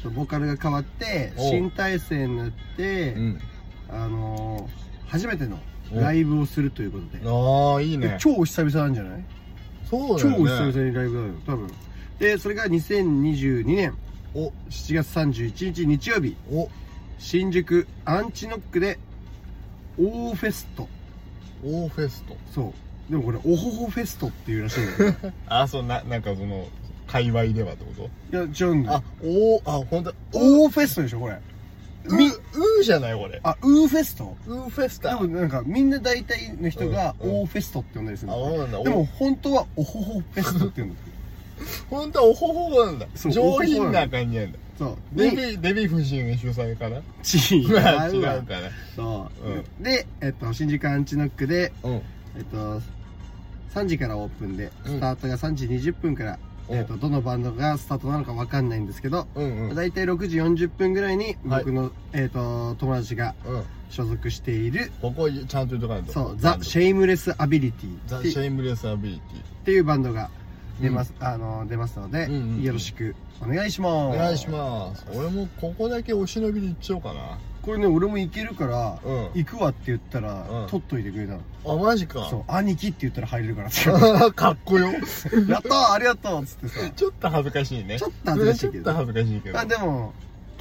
[SPEAKER 3] そうボーカルが変わって
[SPEAKER 2] おう
[SPEAKER 3] 新体制になって、
[SPEAKER 2] うん
[SPEAKER 3] あのー初めてのライブをするということで
[SPEAKER 2] ああいい
[SPEAKER 3] で
[SPEAKER 2] ね
[SPEAKER 3] 超久々なんじゃない
[SPEAKER 2] そう
[SPEAKER 3] 超久
[SPEAKER 2] だよ
[SPEAKER 3] 々
[SPEAKER 2] ね
[SPEAKER 3] にライブだよ多分でそれが2022年
[SPEAKER 2] お
[SPEAKER 3] 7月31日日曜日
[SPEAKER 2] お
[SPEAKER 3] 新宿アンチノックでオーフェスト
[SPEAKER 2] オーフェスト
[SPEAKER 3] そうでもこれオホホフェストっていうらしいん だよね
[SPEAKER 2] あそうななんかその界隈ではってこと
[SPEAKER 3] いや違うんだよ
[SPEAKER 2] あおーあ本当お
[SPEAKER 3] オーフェストでしょこれ
[SPEAKER 2] みうーじゃないこれ
[SPEAKER 3] あウーフェスト
[SPEAKER 2] うーフェス
[SPEAKER 3] で
[SPEAKER 2] タ
[SPEAKER 3] もなんかみんな大体の人が
[SPEAKER 2] うんうん
[SPEAKER 3] オーフェストって呼んだりするんだ
[SPEAKER 2] あそうなんだ
[SPEAKER 3] でも本当はオホホフェストって呼うんだ
[SPEAKER 2] 本当はおほほほなんだ
[SPEAKER 3] そう
[SPEAKER 2] 上品な感じなんだ
[SPEAKER 3] そう
[SPEAKER 2] デヴィデヴィ夫人主催かな
[SPEAKER 3] 違うわ
[SPEAKER 2] 違うかな
[SPEAKER 3] そう、
[SPEAKER 2] う
[SPEAKER 3] で、えっと、新宿アンチノックで
[SPEAKER 2] うん
[SPEAKER 3] えっと、3時からオープンで、
[SPEAKER 2] うん
[SPEAKER 3] スタートが3時20分から、
[SPEAKER 2] うん
[SPEAKER 3] えっと、どのバンドがスタートなのかわかんないんですけど、
[SPEAKER 2] うんうん
[SPEAKER 3] だいたい6時40分ぐらいに
[SPEAKER 2] はい
[SPEAKER 3] 僕の、えっと、友達が
[SPEAKER 2] うん
[SPEAKER 3] 所属している、
[SPEAKER 2] ここちゃんと言っとかないと
[SPEAKER 3] そう、ザ・シェイムレス・アビリティ
[SPEAKER 2] ザ・
[SPEAKER 3] っ
[SPEAKER 2] シ
[SPEAKER 3] て
[SPEAKER 2] ェイムレス・アビリティ
[SPEAKER 3] っていうバンドが出ます、あの、出ますので、
[SPEAKER 2] うんうんうん
[SPEAKER 3] よろしくお願いしま
[SPEAKER 2] お
[SPEAKER 3] す。
[SPEAKER 2] 願いします俺もここだけお忍びに行っちゃおうかな
[SPEAKER 3] す。これね、俺も行けるから、
[SPEAKER 2] うん
[SPEAKER 3] 行くわって言ったら、
[SPEAKER 2] うん
[SPEAKER 3] 取っといてくれたの。
[SPEAKER 2] あマジか
[SPEAKER 3] そう、兄貴って言ったら入れるからって。
[SPEAKER 2] かっこよ
[SPEAKER 3] やったーありがとうっつってさ。
[SPEAKER 2] ちょっと恥ずかしいね
[SPEAKER 3] ちょっと恥ずかしいけど
[SPEAKER 2] ちょっと恥ずかしいけど
[SPEAKER 3] あでも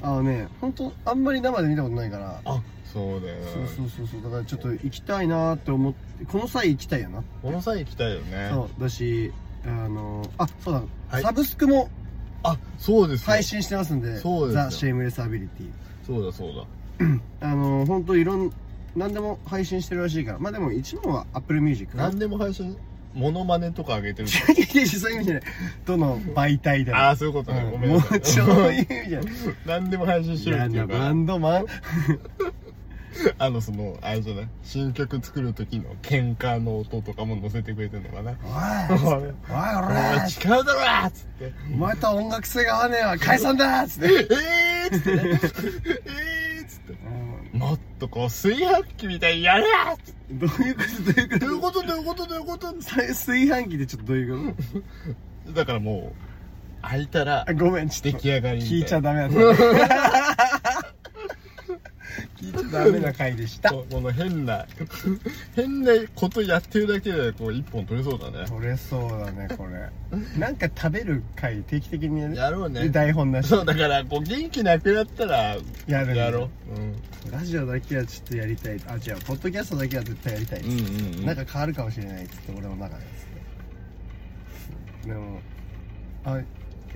[SPEAKER 3] あのね本当あんまり生で見たことないから
[SPEAKER 2] あそうだよな
[SPEAKER 3] そうそうそうそうだからちょっと行きたいなって思ってこの際行きたいよな、
[SPEAKER 2] この際行きたいよね
[SPEAKER 3] そうだしあのあそうだ、
[SPEAKER 2] はい
[SPEAKER 3] サブスクも
[SPEAKER 2] あそうですよ
[SPEAKER 3] 配信してますんで「
[SPEAKER 2] そうですよ
[SPEAKER 3] ザ・シェイムレス・アビリティ
[SPEAKER 2] そうだそうだ」
[SPEAKER 3] あの本当いろん何でも配信してるらしいからまあでも一番は Apple Music かな
[SPEAKER 2] 何でも配信モノマネとか上げてる
[SPEAKER 3] いやいやそういう意味じゃないどの媒体だ
[SPEAKER 2] あ
[SPEAKER 3] ろ
[SPEAKER 2] あそういうことねご
[SPEAKER 3] うん
[SPEAKER 2] めん
[SPEAKER 3] も
[SPEAKER 2] な
[SPEAKER 3] う
[SPEAKER 2] さい
[SPEAKER 3] そういう意味じゃない
[SPEAKER 2] 何でも配信してるっ
[SPEAKER 3] 嫌
[SPEAKER 2] てい
[SPEAKER 3] な
[SPEAKER 2] う
[SPEAKER 3] バ
[SPEAKER 2] か
[SPEAKER 3] ンドマン
[SPEAKER 2] あのそのあれじゃない新曲作る時の喧嘩の音とかも載せてくれてるのかな
[SPEAKER 3] おいおい
[SPEAKER 2] おい
[SPEAKER 3] お
[SPEAKER 2] お
[SPEAKER 3] い
[SPEAKER 2] 前違うだろっつって
[SPEAKER 3] お前とは音楽性が合わねえわ解散だっつって
[SPEAKER 2] えーっつってねえーっつってもっとこう炊飯器みたいにやれっつって
[SPEAKER 3] どういうことどういうこと
[SPEAKER 2] どういうことどういうことどういうこと
[SPEAKER 3] さ炊飯器でちょっとどういうこ
[SPEAKER 2] だからもう開いたら
[SPEAKER 3] とあごめんちょ
[SPEAKER 2] 出
[SPEAKER 3] っと
[SPEAKER 2] 来上がりみたい
[SPEAKER 3] 聞いちゃダメだった聞いちゃダメな回でした
[SPEAKER 2] ここの変な 変なことやってるだけでこう一本取れそうだね
[SPEAKER 3] 取れそうだねこれ なんか食べる回定期的にやる
[SPEAKER 2] やろうね
[SPEAKER 3] で台本なし
[SPEAKER 2] そうだからこう元気なくなったら
[SPEAKER 3] やる
[SPEAKER 2] やろう、うん、
[SPEAKER 3] ラジオだけはちょっとやりたいあ違うポッドキャストだけは絶対やりたい、
[SPEAKER 2] うんうんうん
[SPEAKER 3] なんか変わるかもしれないっつって俺の中でですねでもあ
[SPEAKER 2] う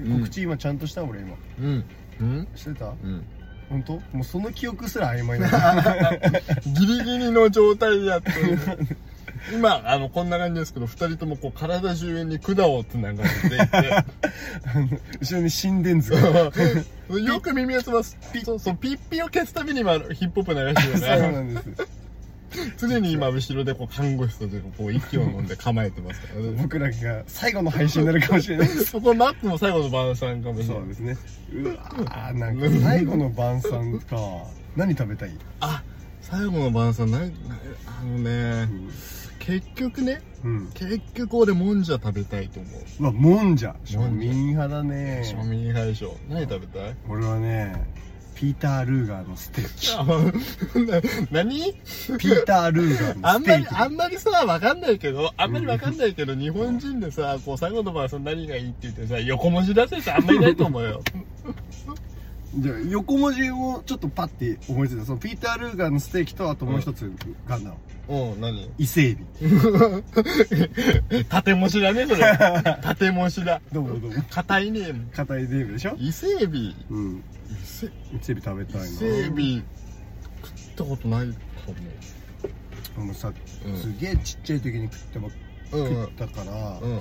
[SPEAKER 2] ん
[SPEAKER 3] 告知今ちゃんとした俺今
[SPEAKER 2] うんうん
[SPEAKER 3] してた
[SPEAKER 2] うん
[SPEAKER 3] 本当もうその記憶すら曖昧 な
[SPEAKER 2] ギリギリの状態でやってる今あのこんな感じですけど2人ともこう体中に管をつながっ てい
[SPEAKER 3] 後ろに心電図が
[SPEAKER 2] てよく耳を澄ますピッそうそうピッピを消すたびに今あのヒップホップ流し
[SPEAKER 3] そ
[SPEAKER 2] てる
[SPEAKER 3] う
[SPEAKER 2] よね
[SPEAKER 3] なんです
[SPEAKER 2] 常に今後ろでこう看護師としてこう息を飲んで構えてますからね
[SPEAKER 3] 僕らが最後の配信になるかもしれない
[SPEAKER 2] そこマックも最後の晩餐かもしれ
[SPEAKER 3] そ
[SPEAKER 2] な
[SPEAKER 3] う
[SPEAKER 2] い
[SPEAKER 3] ですねうわーなんか最後の晩餐 か何食べたい、
[SPEAKER 2] あ最後の晩餐ないあのね結局ね
[SPEAKER 3] うん
[SPEAKER 2] 結局俺もんじゃ食べたいと思う
[SPEAKER 3] うわもんじゃ
[SPEAKER 2] も
[SPEAKER 3] 庶
[SPEAKER 2] んじゃ
[SPEAKER 3] 民派だね
[SPEAKER 2] 庶民派でしょ何食べたい
[SPEAKER 3] 俺はねピーター・ルーガーのステーキ
[SPEAKER 2] あな何
[SPEAKER 3] ピーター・ルーガー
[SPEAKER 2] あ
[SPEAKER 3] の
[SPEAKER 2] ん
[SPEAKER 3] ステ
[SPEAKER 2] ま
[SPEAKER 3] ー
[SPEAKER 2] り、
[SPEAKER 3] キ
[SPEAKER 2] あんまりさ、わかんないけど、あんまりわかんないけど、日本人でさ、こう、最後の場合、その何がいいって言ってさ、横文字出せる人あんまりいないと思うよ。
[SPEAKER 3] じゃあ横文字をちょっとパッて思いついたそのピーター・ルーガーのステーキとあともう一つがな
[SPEAKER 2] うん、何
[SPEAKER 3] 伊勢エビ
[SPEAKER 2] 縦文字だね、それ。縦文字だ。
[SPEAKER 3] どうもどうも
[SPEAKER 2] 硬いね。
[SPEAKER 3] 硬いデーブでしょ
[SPEAKER 2] 伊勢エビ。
[SPEAKER 3] うん
[SPEAKER 2] 伊勢
[SPEAKER 3] 伊勢エビ食べたいな
[SPEAKER 2] 伊勢エビ、食ったことないかも。
[SPEAKER 3] 俺もさ
[SPEAKER 2] うん
[SPEAKER 3] すげえちっちゃい時に食ってばっ
[SPEAKER 2] うん
[SPEAKER 3] 食ったから、
[SPEAKER 2] うん。うん。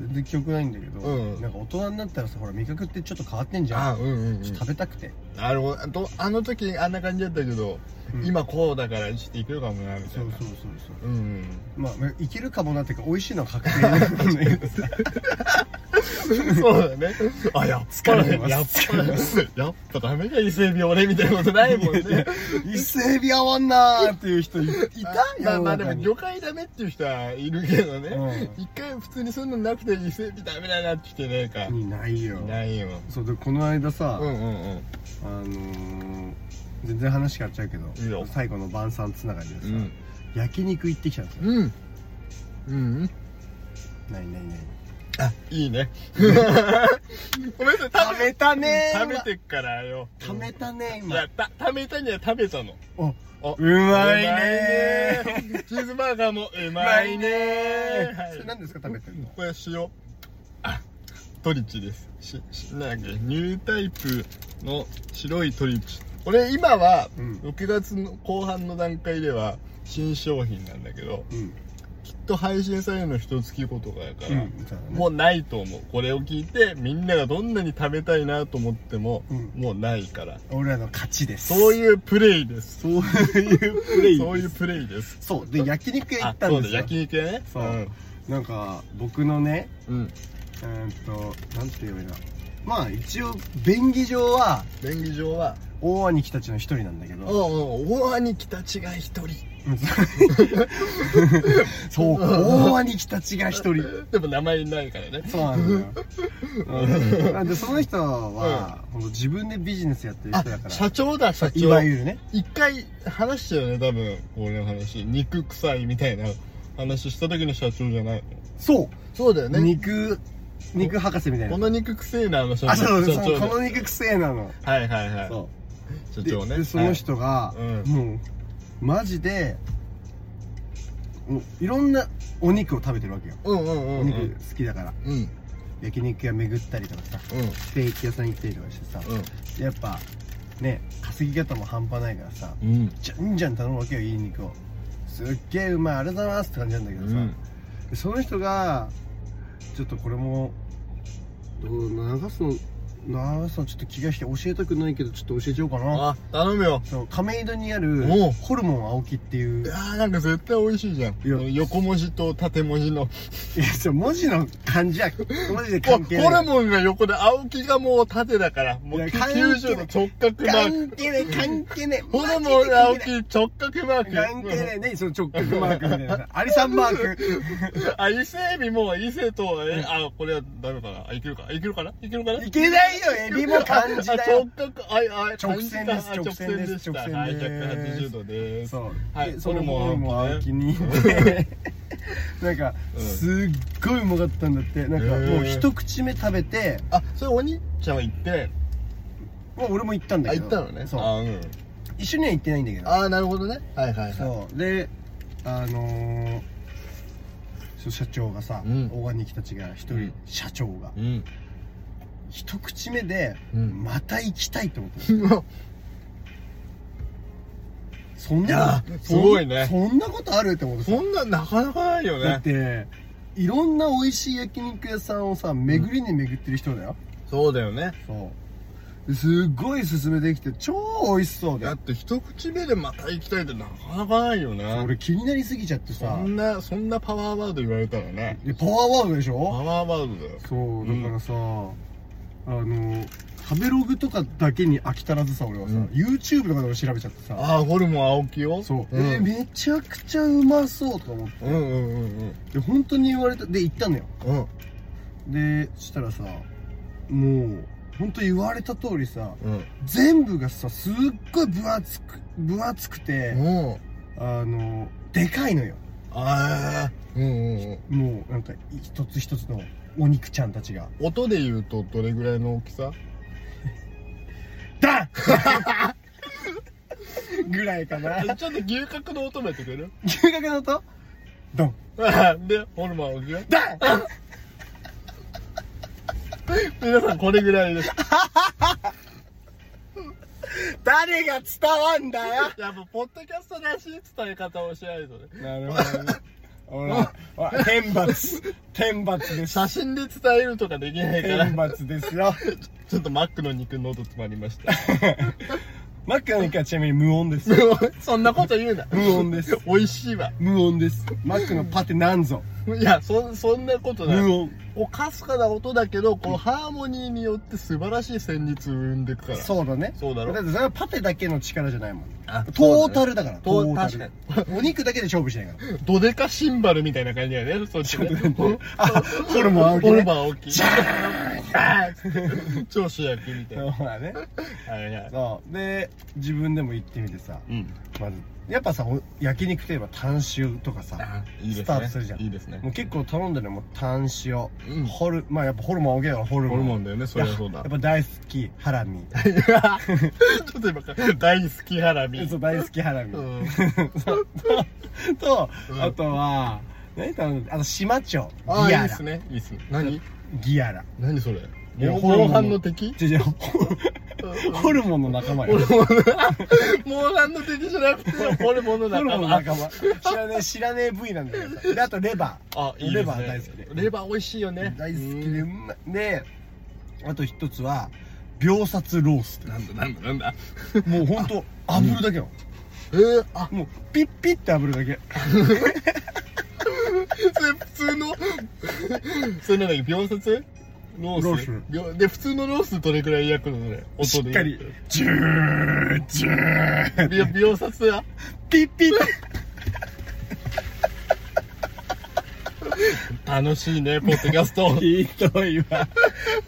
[SPEAKER 3] 全然記憶ないんだけど、
[SPEAKER 2] うん
[SPEAKER 3] なんか大人になったらさほら味覚ってちょっと変わってんじゃ
[SPEAKER 2] あ、
[SPEAKER 3] ん
[SPEAKER 2] うんうん
[SPEAKER 3] ちょっと食べたくて、
[SPEAKER 2] うん。なるほどあと。あの時、あんな感じだったけど、
[SPEAKER 3] うん
[SPEAKER 2] 今こうだから、ちょっといけるかもな、みた
[SPEAKER 3] そ
[SPEAKER 2] いうな。
[SPEAKER 3] そうそうそう
[SPEAKER 2] う んうん。
[SPEAKER 3] まあいけるかもなっていうか美味しいのは確定なん だけどさ
[SPEAKER 2] そうだね。あ、やっぱ
[SPEAKER 3] 疲れ
[SPEAKER 2] り、
[SPEAKER 3] ま
[SPEAKER 2] やっ
[SPEAKER 3] す
[SPEAKER 2] ぱり、やっぱダメか、伊勢海老俺みたいなことないもんね。
[SPEAKER 3] 伊勢エビ合わんなーっていう人いいた
[SPEAKER 2] まあ
[SPEAKER 3] よ
[SPEAKER 2] まあでも、
[SPEAKER 3] 中に
[SPEAKER 2] 魚介ダメっていう人はいるけどね。
[SPEAKER 3] う
[SPEAKER 2] 一回普通にそんなのなくて伊勢海老ダメだなって人いないか
[SPEAKER 3] ん。いないよ
[SPEAKER 2] いないよ。
[SPEAKER 3] そうでこの間さ、
[SPEAKER 2] うんうんう
[SPEAKER 3] あ
[SPEAKER 2] ん。
[SPEAKER 3] のー全然話変わっちゃうけど
[SPEAKER 2] いいよ
[SPEAKER 3] 最後の晩餐つながりでさ、
[SPEAKER 2] うん。
[SPEAKER 3] 焼肉行ってきたんですよ
[SPEAKER 2] うん。うん。
[SPEAKER 3] ないないない
[SPEAKER 2] あ、いいね。ごめんなさい、食べ、
[SPEAKER 3] べたね
[SPEAKER 2] 食べてっからよ。
[SPEAKER 3] 食べたね
[SPEAKER 2] い
[SPEAKER 3] 今
[SPEAKER 2] や、た、食べたには食べたの。
[SPEAKER 3] お
[SPEAKER 2] お
[SPEAKER 3] うまい
[SPEAKER 2] ー
[SPEAKER 3] ねー
[SPEAKER 2] チーズバーガーもう
[SPEAKER 3] う
[SPEAKER 2] まいねーは
[SPEAKER 3] それ
[SPEAKER 2] い
[SPEAKER 3] 何ですか食べてるの
[SPEAKER 2] これ塩あトリチですししなんだっけニュータイプの白いトリチ俺今は
[SPEAKER 3] うん
[SPEAKER 2] 6月の後半の段階では新商品なんだけど
[SPEAKER 3] うん
[SPEAKER 2] きっと配信されるの一月後とかやから、
[SPEAKER 3] そうだね
[SPEAKER 2] もうないと思うこれを聞いてみんながどんなに食べたいなと思っても、
[SPEAKER 3] うん
[SPEAKER 2] もうないから
[SPEAKER 3] 俺らの勝ちです
[SPEAKER 2] そういうプレイです
[SPEAKER 3] そういうプレイ
[SPEAKER 2] そういうプレイです
[SPEAKER 3] そうで焼肉屋行
[SPEAKER 2] あ
[SPEAKER 3] った
[SPEAKER 2] そ
[SPEAKER 3] ん
[SPEAKER 2] う
[SPEAKER 3] で
[SPEAKER 2] だ
[SPEAKER 3] すよ
[SPEAKER 2] 焼肉屋ね
[SPEAKER 3] そうなんか僕のね
[SPEAKER 2] うん、うん、
[SPEAKER 3] うーんとなんて言えばいいなまあ一応便宜上は
[SPEAKER 2] 便宜上は
[SPEAKER 3] 大兄貴たちの一人なんだけど
[SPEAKER 2] うんうん大兄貴たちが一人
[SPEAKER 3] うんそう大兄貴たちが一人
[SPEAKER 2] でも名前ないからね
[SPEAKER 3] そうなんだよなんでその人は、ほんと自分でビジネスやってる人だから
[SPEAKER 2] 社長だ社
[SPEAKER 3] い
[SPEAKER 2] 長
[SPEAKER 3] わゆるね
[SPEAKER 2] 一回話したよね多分俺の話肉臭いみたいな話した時の社長じゃないの
[SPEAKER 3] そう
[SPEAKER 2] そうだよ
[SPEAKER 3] 肉肉博士みたいな
[SPEAKER 2] この肉臭いなあの社長
[SPEAKER 3] あそうそう
[SPEAKER 2] 社
[SPEAKER 3] そう
[SPEAKER 2] 長だ
[SPEAKER 3] この肉くせえなの
[SPEAKER 2] はいはいはい
[SPEAKER 3] そ
[SPEAKER 2] 社
[SPEAKER 3] うで
[SPEAKER 2] 長ね
[SPEAKER 3] でその人が、
[SPEAKER 2] はいうん
[SPEAKER 3] もうマジでもういろんなお肉を食べてるわけよ、
[SPEAKER 2] はいうんうんうん
[SPEAKER 3] お
[SPEAKER 2] うん
[SPEAKER 3] 肉好きだから
[SPEAKER 2] うんうん
[SPEAKER 3] 焼肉屋巡ったりとかさステーキ屋さん行ったりとかしてさ、やっぱね稼ぎ方も半端ないからさ
[SPEAKER 2] うんうん
[SPEAKER 3] じゃんじゃん頼むわけよいい肉をすっげえうまいありがとうございますって感じなんだけどさ、でその人がちょっとこれもどう流すの流すのちょっと気がして教えたくないけどちょっと教えちゃおうかな
[SPEAKER 2] あ頼むよ
[SPEAKER 3] そう亀戸にある
[SPEAKER 2] おう
[SPEAKER 3] ホルモン青木っていう
[SPEAKER 2] い
[SPEAKER 3] い
[SPEAKER 2] やーなんか絶対美味しいじゃん
[SPEAKER 3] や
[SPEAKER 2] 横文字と縦文字の
[SPEAKER 3] やちょ文字の漢字は文字で
[SPEAKER 2] お
[SPEAKER 3] 関係
[SPEAKER 2] ホ
[SPEAKER 3] な
[SPEAKER 2] ル
[SPEAKER 3] い
[SPEAKER 2] モンが横で青木がもう縦だからも
[SPEAKER 3] い
[SPEAKER 2] う
[SPEAKER 3] や
[SPEAKER 2] 90の直角マー
[SPEAKER 3] 関
[SPEAKER 2] ク
[SPEAKER 3] 係ない関係ない
[SPEAKER 2] ホルモンが青
[SPEAKER 3] マジ
[SPEAKER 2] 木直角マーク
[SPEAKER 3] で関係ないねその直角マークみたいなアリさんマーク
[SPEAKER 2] あ、伊勢エビも、伊勢と、え、あ、これはダメかな。あ、いけるか。いけるかないけるかない
[SPEAKER 3] けないよエビも漢字だよ
[SPEAKER 2] あ直角、あ、あ、
[SPEAKER 3] 直線です
[SPEAKER 2] あ
[SPEAKER 3] 直線です直線
[SPEAKER 2] 直線でしたはい、
[SPEAKER 3] です
[SPEAKER 2] 180度です。
[SPEAKER 3] そう、
[SPEAKER 2] はい
[SPEAKER 3] でその
[SPEAKER 2] ホルモン
[SPEAKER 3] ホルモン
[SPEAKER 2] 青
[SPEAKER 3] 青
[SPEAKER 2] 木
[SPEAKER 3] 木に なんか
[SPEAKER 2] うん
[SPEAKER 3] すっごいうまかったんだってなんか
[SPEAKER 2] へー
[SPEAKER 3] もう一口目食べて
[SPEAKER 2] あ、それお兄ちゃんは行って、
[SPEAKER 3] もう俺も行ったんだ
[SPEAKER 2] あ、
[SPEAKER 3] け
[SPEAKER 2] 行
[SPEAKER 3] ど
[SPEAKER 2] ったのね。
[SPEAKER 3] そう
[SPEAKER 2] あ、うん。
[SPEAKER 3] 一緒には行ってないんだけど
[SPEAKER 2] あ、なるほどね。はいはいはい。
[SPEAKER 3] そうであのーそう社長がさ、
[SPEAKER 2] うん
[SPEAKER 3] 大金木たちが一人、
[SPEAKER 2] うん
[SPEAKER 3] 社長が
[SPEAKER 2] うん。
[SPEAKER 3] 一口目で、
[SPEAKER 2] うん
[SPEAKER 3] また行きたいと思って
[SPEAKER 2] うわ
[SPEAKER 3] そん
[SPEAKER 2] いや
[SPEAKER 3] な
[SPEAKER 2] ー
[SPEAKER 3] そん
[SPEAKER 2] すごいね
[SPEAKER 3] そんなことあるって思ってさ
[SPEAKER 2] そんな、なかなかないよ
[SPEAKER 3] だっ
[SPEAKER 2] ね。
[SPEAKER 3] ていろんな美味しい焼肉屋さんをさ巡りに巡ってる人だよ、
[SPEAKER 2] そうだよね。
[SPEAKER 3] そうすっごい進めてきて超美味しそうで
[SPEAKER 2] だって一口目でまた行きたいってなかなかないよね
[SPEAKER 3] 俺気になりすぎちゃって
[SPEAKER 2] そ
[SPEAKER 3] さ
[SPEAKER 2] んなそんなパワーワード言われたらね
[SPEAKER 3] いやパワーワードでし
[SPEAKER 2] パ
[SPEAKER 3] ょ
[SPEAKER 2] ワーワードだよ
[SPEAKER 3] そう
[SPEAKER 2] うん
[SPEAKER 3] だからさ、あの食べログとかだけに飽き足らずさ俺はさ、
[SPEAKER 2] うん
[SPEAKER 3] YouTube とかでも調べちゃってさ
[SPEAKER 2] ああホルモン青木よ
[SPEAKER 3] そう、
[SPEAKER 2] ん
[SPEAKER 3] えーめちゃくちゃうまそうとか思って
[SPEAKER 2] うんうんうんうん
[SPEAKER 3] で本当に言われたで行ったのよ
[SPEAKER 2] うん
[SPEAKER 3] でそしたらさもう本当言われた通りさ
[SPEAKER 2] うん
[SPEAKER 3] 全部がさすっごい分厚く分厚くて、
[SPEAKER 2] うん
[SPEAKER 3] あのでかいのよ
[SPEAKER 2] ああうんうんうん
[SPEAKER 3] もうなんか一つ一つのお肉ちゃんたちが
[SPEAKER 2] 音で言うとどれぐらいの大きさ
[SPEAKER 3] ダンぐらいかな
[SPEAKER 2] ちょっと牛角の音もやってくれる
[SPEAKER 3] 牛角の音ドン
[SPEAKER 2] でホルモン青木よ
[SPEAKER 3] ダン
[SPEAKER 2] 皆さんこれぐらいです
[SPEAKER 3] 誰が伝わんだよ
[SPEAKER 2] やっぱポッドキャストらしい伝え方をしないとね
[SPEAKER 3] なるほどねほらほら天罰天罰です
[SPEAKER 2] 写真で伝えるとかできないから
[SPEAKER 3] 天罰ですよ
[SPEAKER 2] ちょっとマックの肉の音詰まりました
[SPEAKER 3] マックの肉はちなみに無音です
[SPEAKER 2] そんなこと言うな
[SPEAKER 3] 無音です
[SPEAKER 2] 美味しいわ
[SPEAKER 3] 無音ですマックのパテなんぞ
[SPEAKER 2] いやそそんなことない
[SPEAKER 3] 無音
[SPEAKER 2] こうかすかな音だけどこうハーモニーによって素晴らしい旋律を生んでくから
[SPEAKER 3] そうだね
[SPEAKER 2] そうだろ
[SPEAKER 3] だってそれはパテだけの力じゃないもん
[SPEAKER 2] あ
[SPEAKER 3] トータルだから
[SPEAKER 2] トー
[SPEAKER 3] タルお肉だけで勝負しないから
[SPEAKER 2] ドデカシンバルみたいな感じだよねそっちね
[SPEAKER 3] あ ホルモン青木
[SPEAKER 2] ホ
[SPEAKER 3] ね
[SPEAKER 2] ルマン大きい。超主役みたいな。
[SPEAKER 3] ほらね
[SPEAKER 2] はいはい。
[SPEAKER 3] そうで自分でも行ってみてさ
[SPEAKER 2] うん。
[SPEAKER 3] まずやっぱさお焼肉といえばタン塩とかさ
[SPEAKER 2] あいいですね。
[SPEAKER 3] スタートするじゃん
[SPEAKER 2] いいですね
[SPEAKER 3] も。う結構頼んでるのもタン塩、
[SPEAKER 2] うん
[SPEAKER 3] ホルまあやっぱホルモン青木だからホルモ
[SPEAKER 2] ホ
[SPEAKER 3] ン
[SPEAKER 2] ルモンだよね、そりゃそう
[SPEAKER 3] や
[SPEAKER 2] だ
[SPEAKER 3] っ。ぱ大好きハラミ
[SPEAKER 2] ちょっと今から、大好きハラミ。
[SPEAKER 3] そう大好きハラミ、
[SPEAKER 2] うん
[SPEAKER 3] そうと、
[SPEAKER 2] うん
[SPEAKER 3] あとは何頼んだあと島町
[SPEAKER 2] あ、い
[SPEAKER 3] ギ
[SPEAKER 2] い
[SPEAKER 3] ア
[SPEAKER 2] で
[SPEAKER 3] ラ
[SPEAKER 2] すね。いいっすね。何
[SPEAKER 3] ギアラ
[SPEAKER 2] 何それ
[SPEAKER 3] や
[SPEAKER 2] モン
[SPEAKER 3] ホルモ
[SPEAKER 2] モ
[SPEAKER 3] ン
[SPEAKER 2] ンハンの敵
[SPEAKER 3] 違う違うホホル モンの仲 間よホ
[SPEAKER 2] モンハンの敵じゃなくて、ホルモンの
[SPEAKER 3] ルモ
[SPEAKER 2] 仲
[SPEAKER 3] ンの
[SPEAKER 2] 間。
[SPEAKER 3] 仲間知らねえ知らねえ部位なんだけどさであとレバ
[SPEAKER 2] あ、いいで
[SPEAKER 3] レ
[SPEAKER 2] すね。
[SPEAKER 3] バー大好きで
[SPEAKER 2] レバー美味しいよね
[SPEAKER 3] ー。大好き
[SPEAKER 2] う
[SPEAKER 3] で
[SPEAKER 2] ん
[SPEAKER 3] うまいであと一つは秒殺ロースっ
[SPEAKER 2] なんだなんだなんだ。
[SPEAKER 3] てもうほんと炙るだけよ、
[SPEAKER 2] えー、あ、
[SPEAKER 3] もうピッピッて炙るだけ
[SPEAKER 2] それ普通のそれなんだっけ秒殺ロース
[SPEAKER 3] ロース
[SPEAKER 2] 秒で普通のロースどれくらい焼くのそれ
[SPEAKER 3] し
[SPEAKER 2] 音で
[SPEAKER 3] っかりジュージュー
[SPEAKER 2] 秒秒殺は
[SPEAKER 3] ピッピッて
[SPEAKER 2] 楽しいねポッドキャスト
[SPEAKER 3] ひどいわ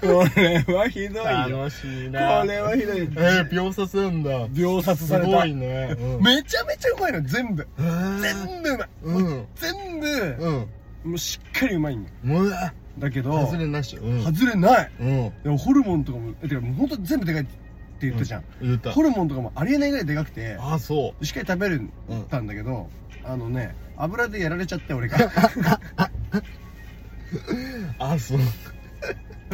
[SPEAKER 3] これはひどいよ
[SPEAKER 2] 楽しい
[SPEAKER 3] こ
[SPEAKER 2] な
[SPEAKER 3] れはひどい
[SPEAKER 2] えー、秒殺なんだ
[SPEAKER 3] 秒殺さ
[SPEAKER 2] す
[SPEAKER 3] れた
[SPEAKER 2] ごいね、うん、
[SPEAKER 3] めちゃめちゃうまいの全部
[SPEAKER 2] えー
[SPEAKER 3] 全部うまい
[SPEAKER 2] うん
[SPEAKER 3] 全部
[SPEAKER 2] うん
[SPEAKER 3] もうしっかりうまいんよ
[SPEAKER 2] うわ
[SPEAKER 3] だけど
[SPEAKER 2] 外れなしうん
[SPEAKER 3] 外れない
[SPEAKER 2] うん
[SPEAKER 3] でもホルモンとかもてかもうほんと全部でかいって言ったじゃん、
[SPEAKER 2] 言った
[SPEAKER 3] ホルモンとかもありえないぐらいでかくて
[SPEAKER 2] あそ
[SPEAKER 3] しっかり食べる
[SPEAKER 2] うん
[SPEAKER 3] たんだけど、あのね油でやられちゃって俺 が
[SPEAKER 2] うあそう
[SPEAKER 3] い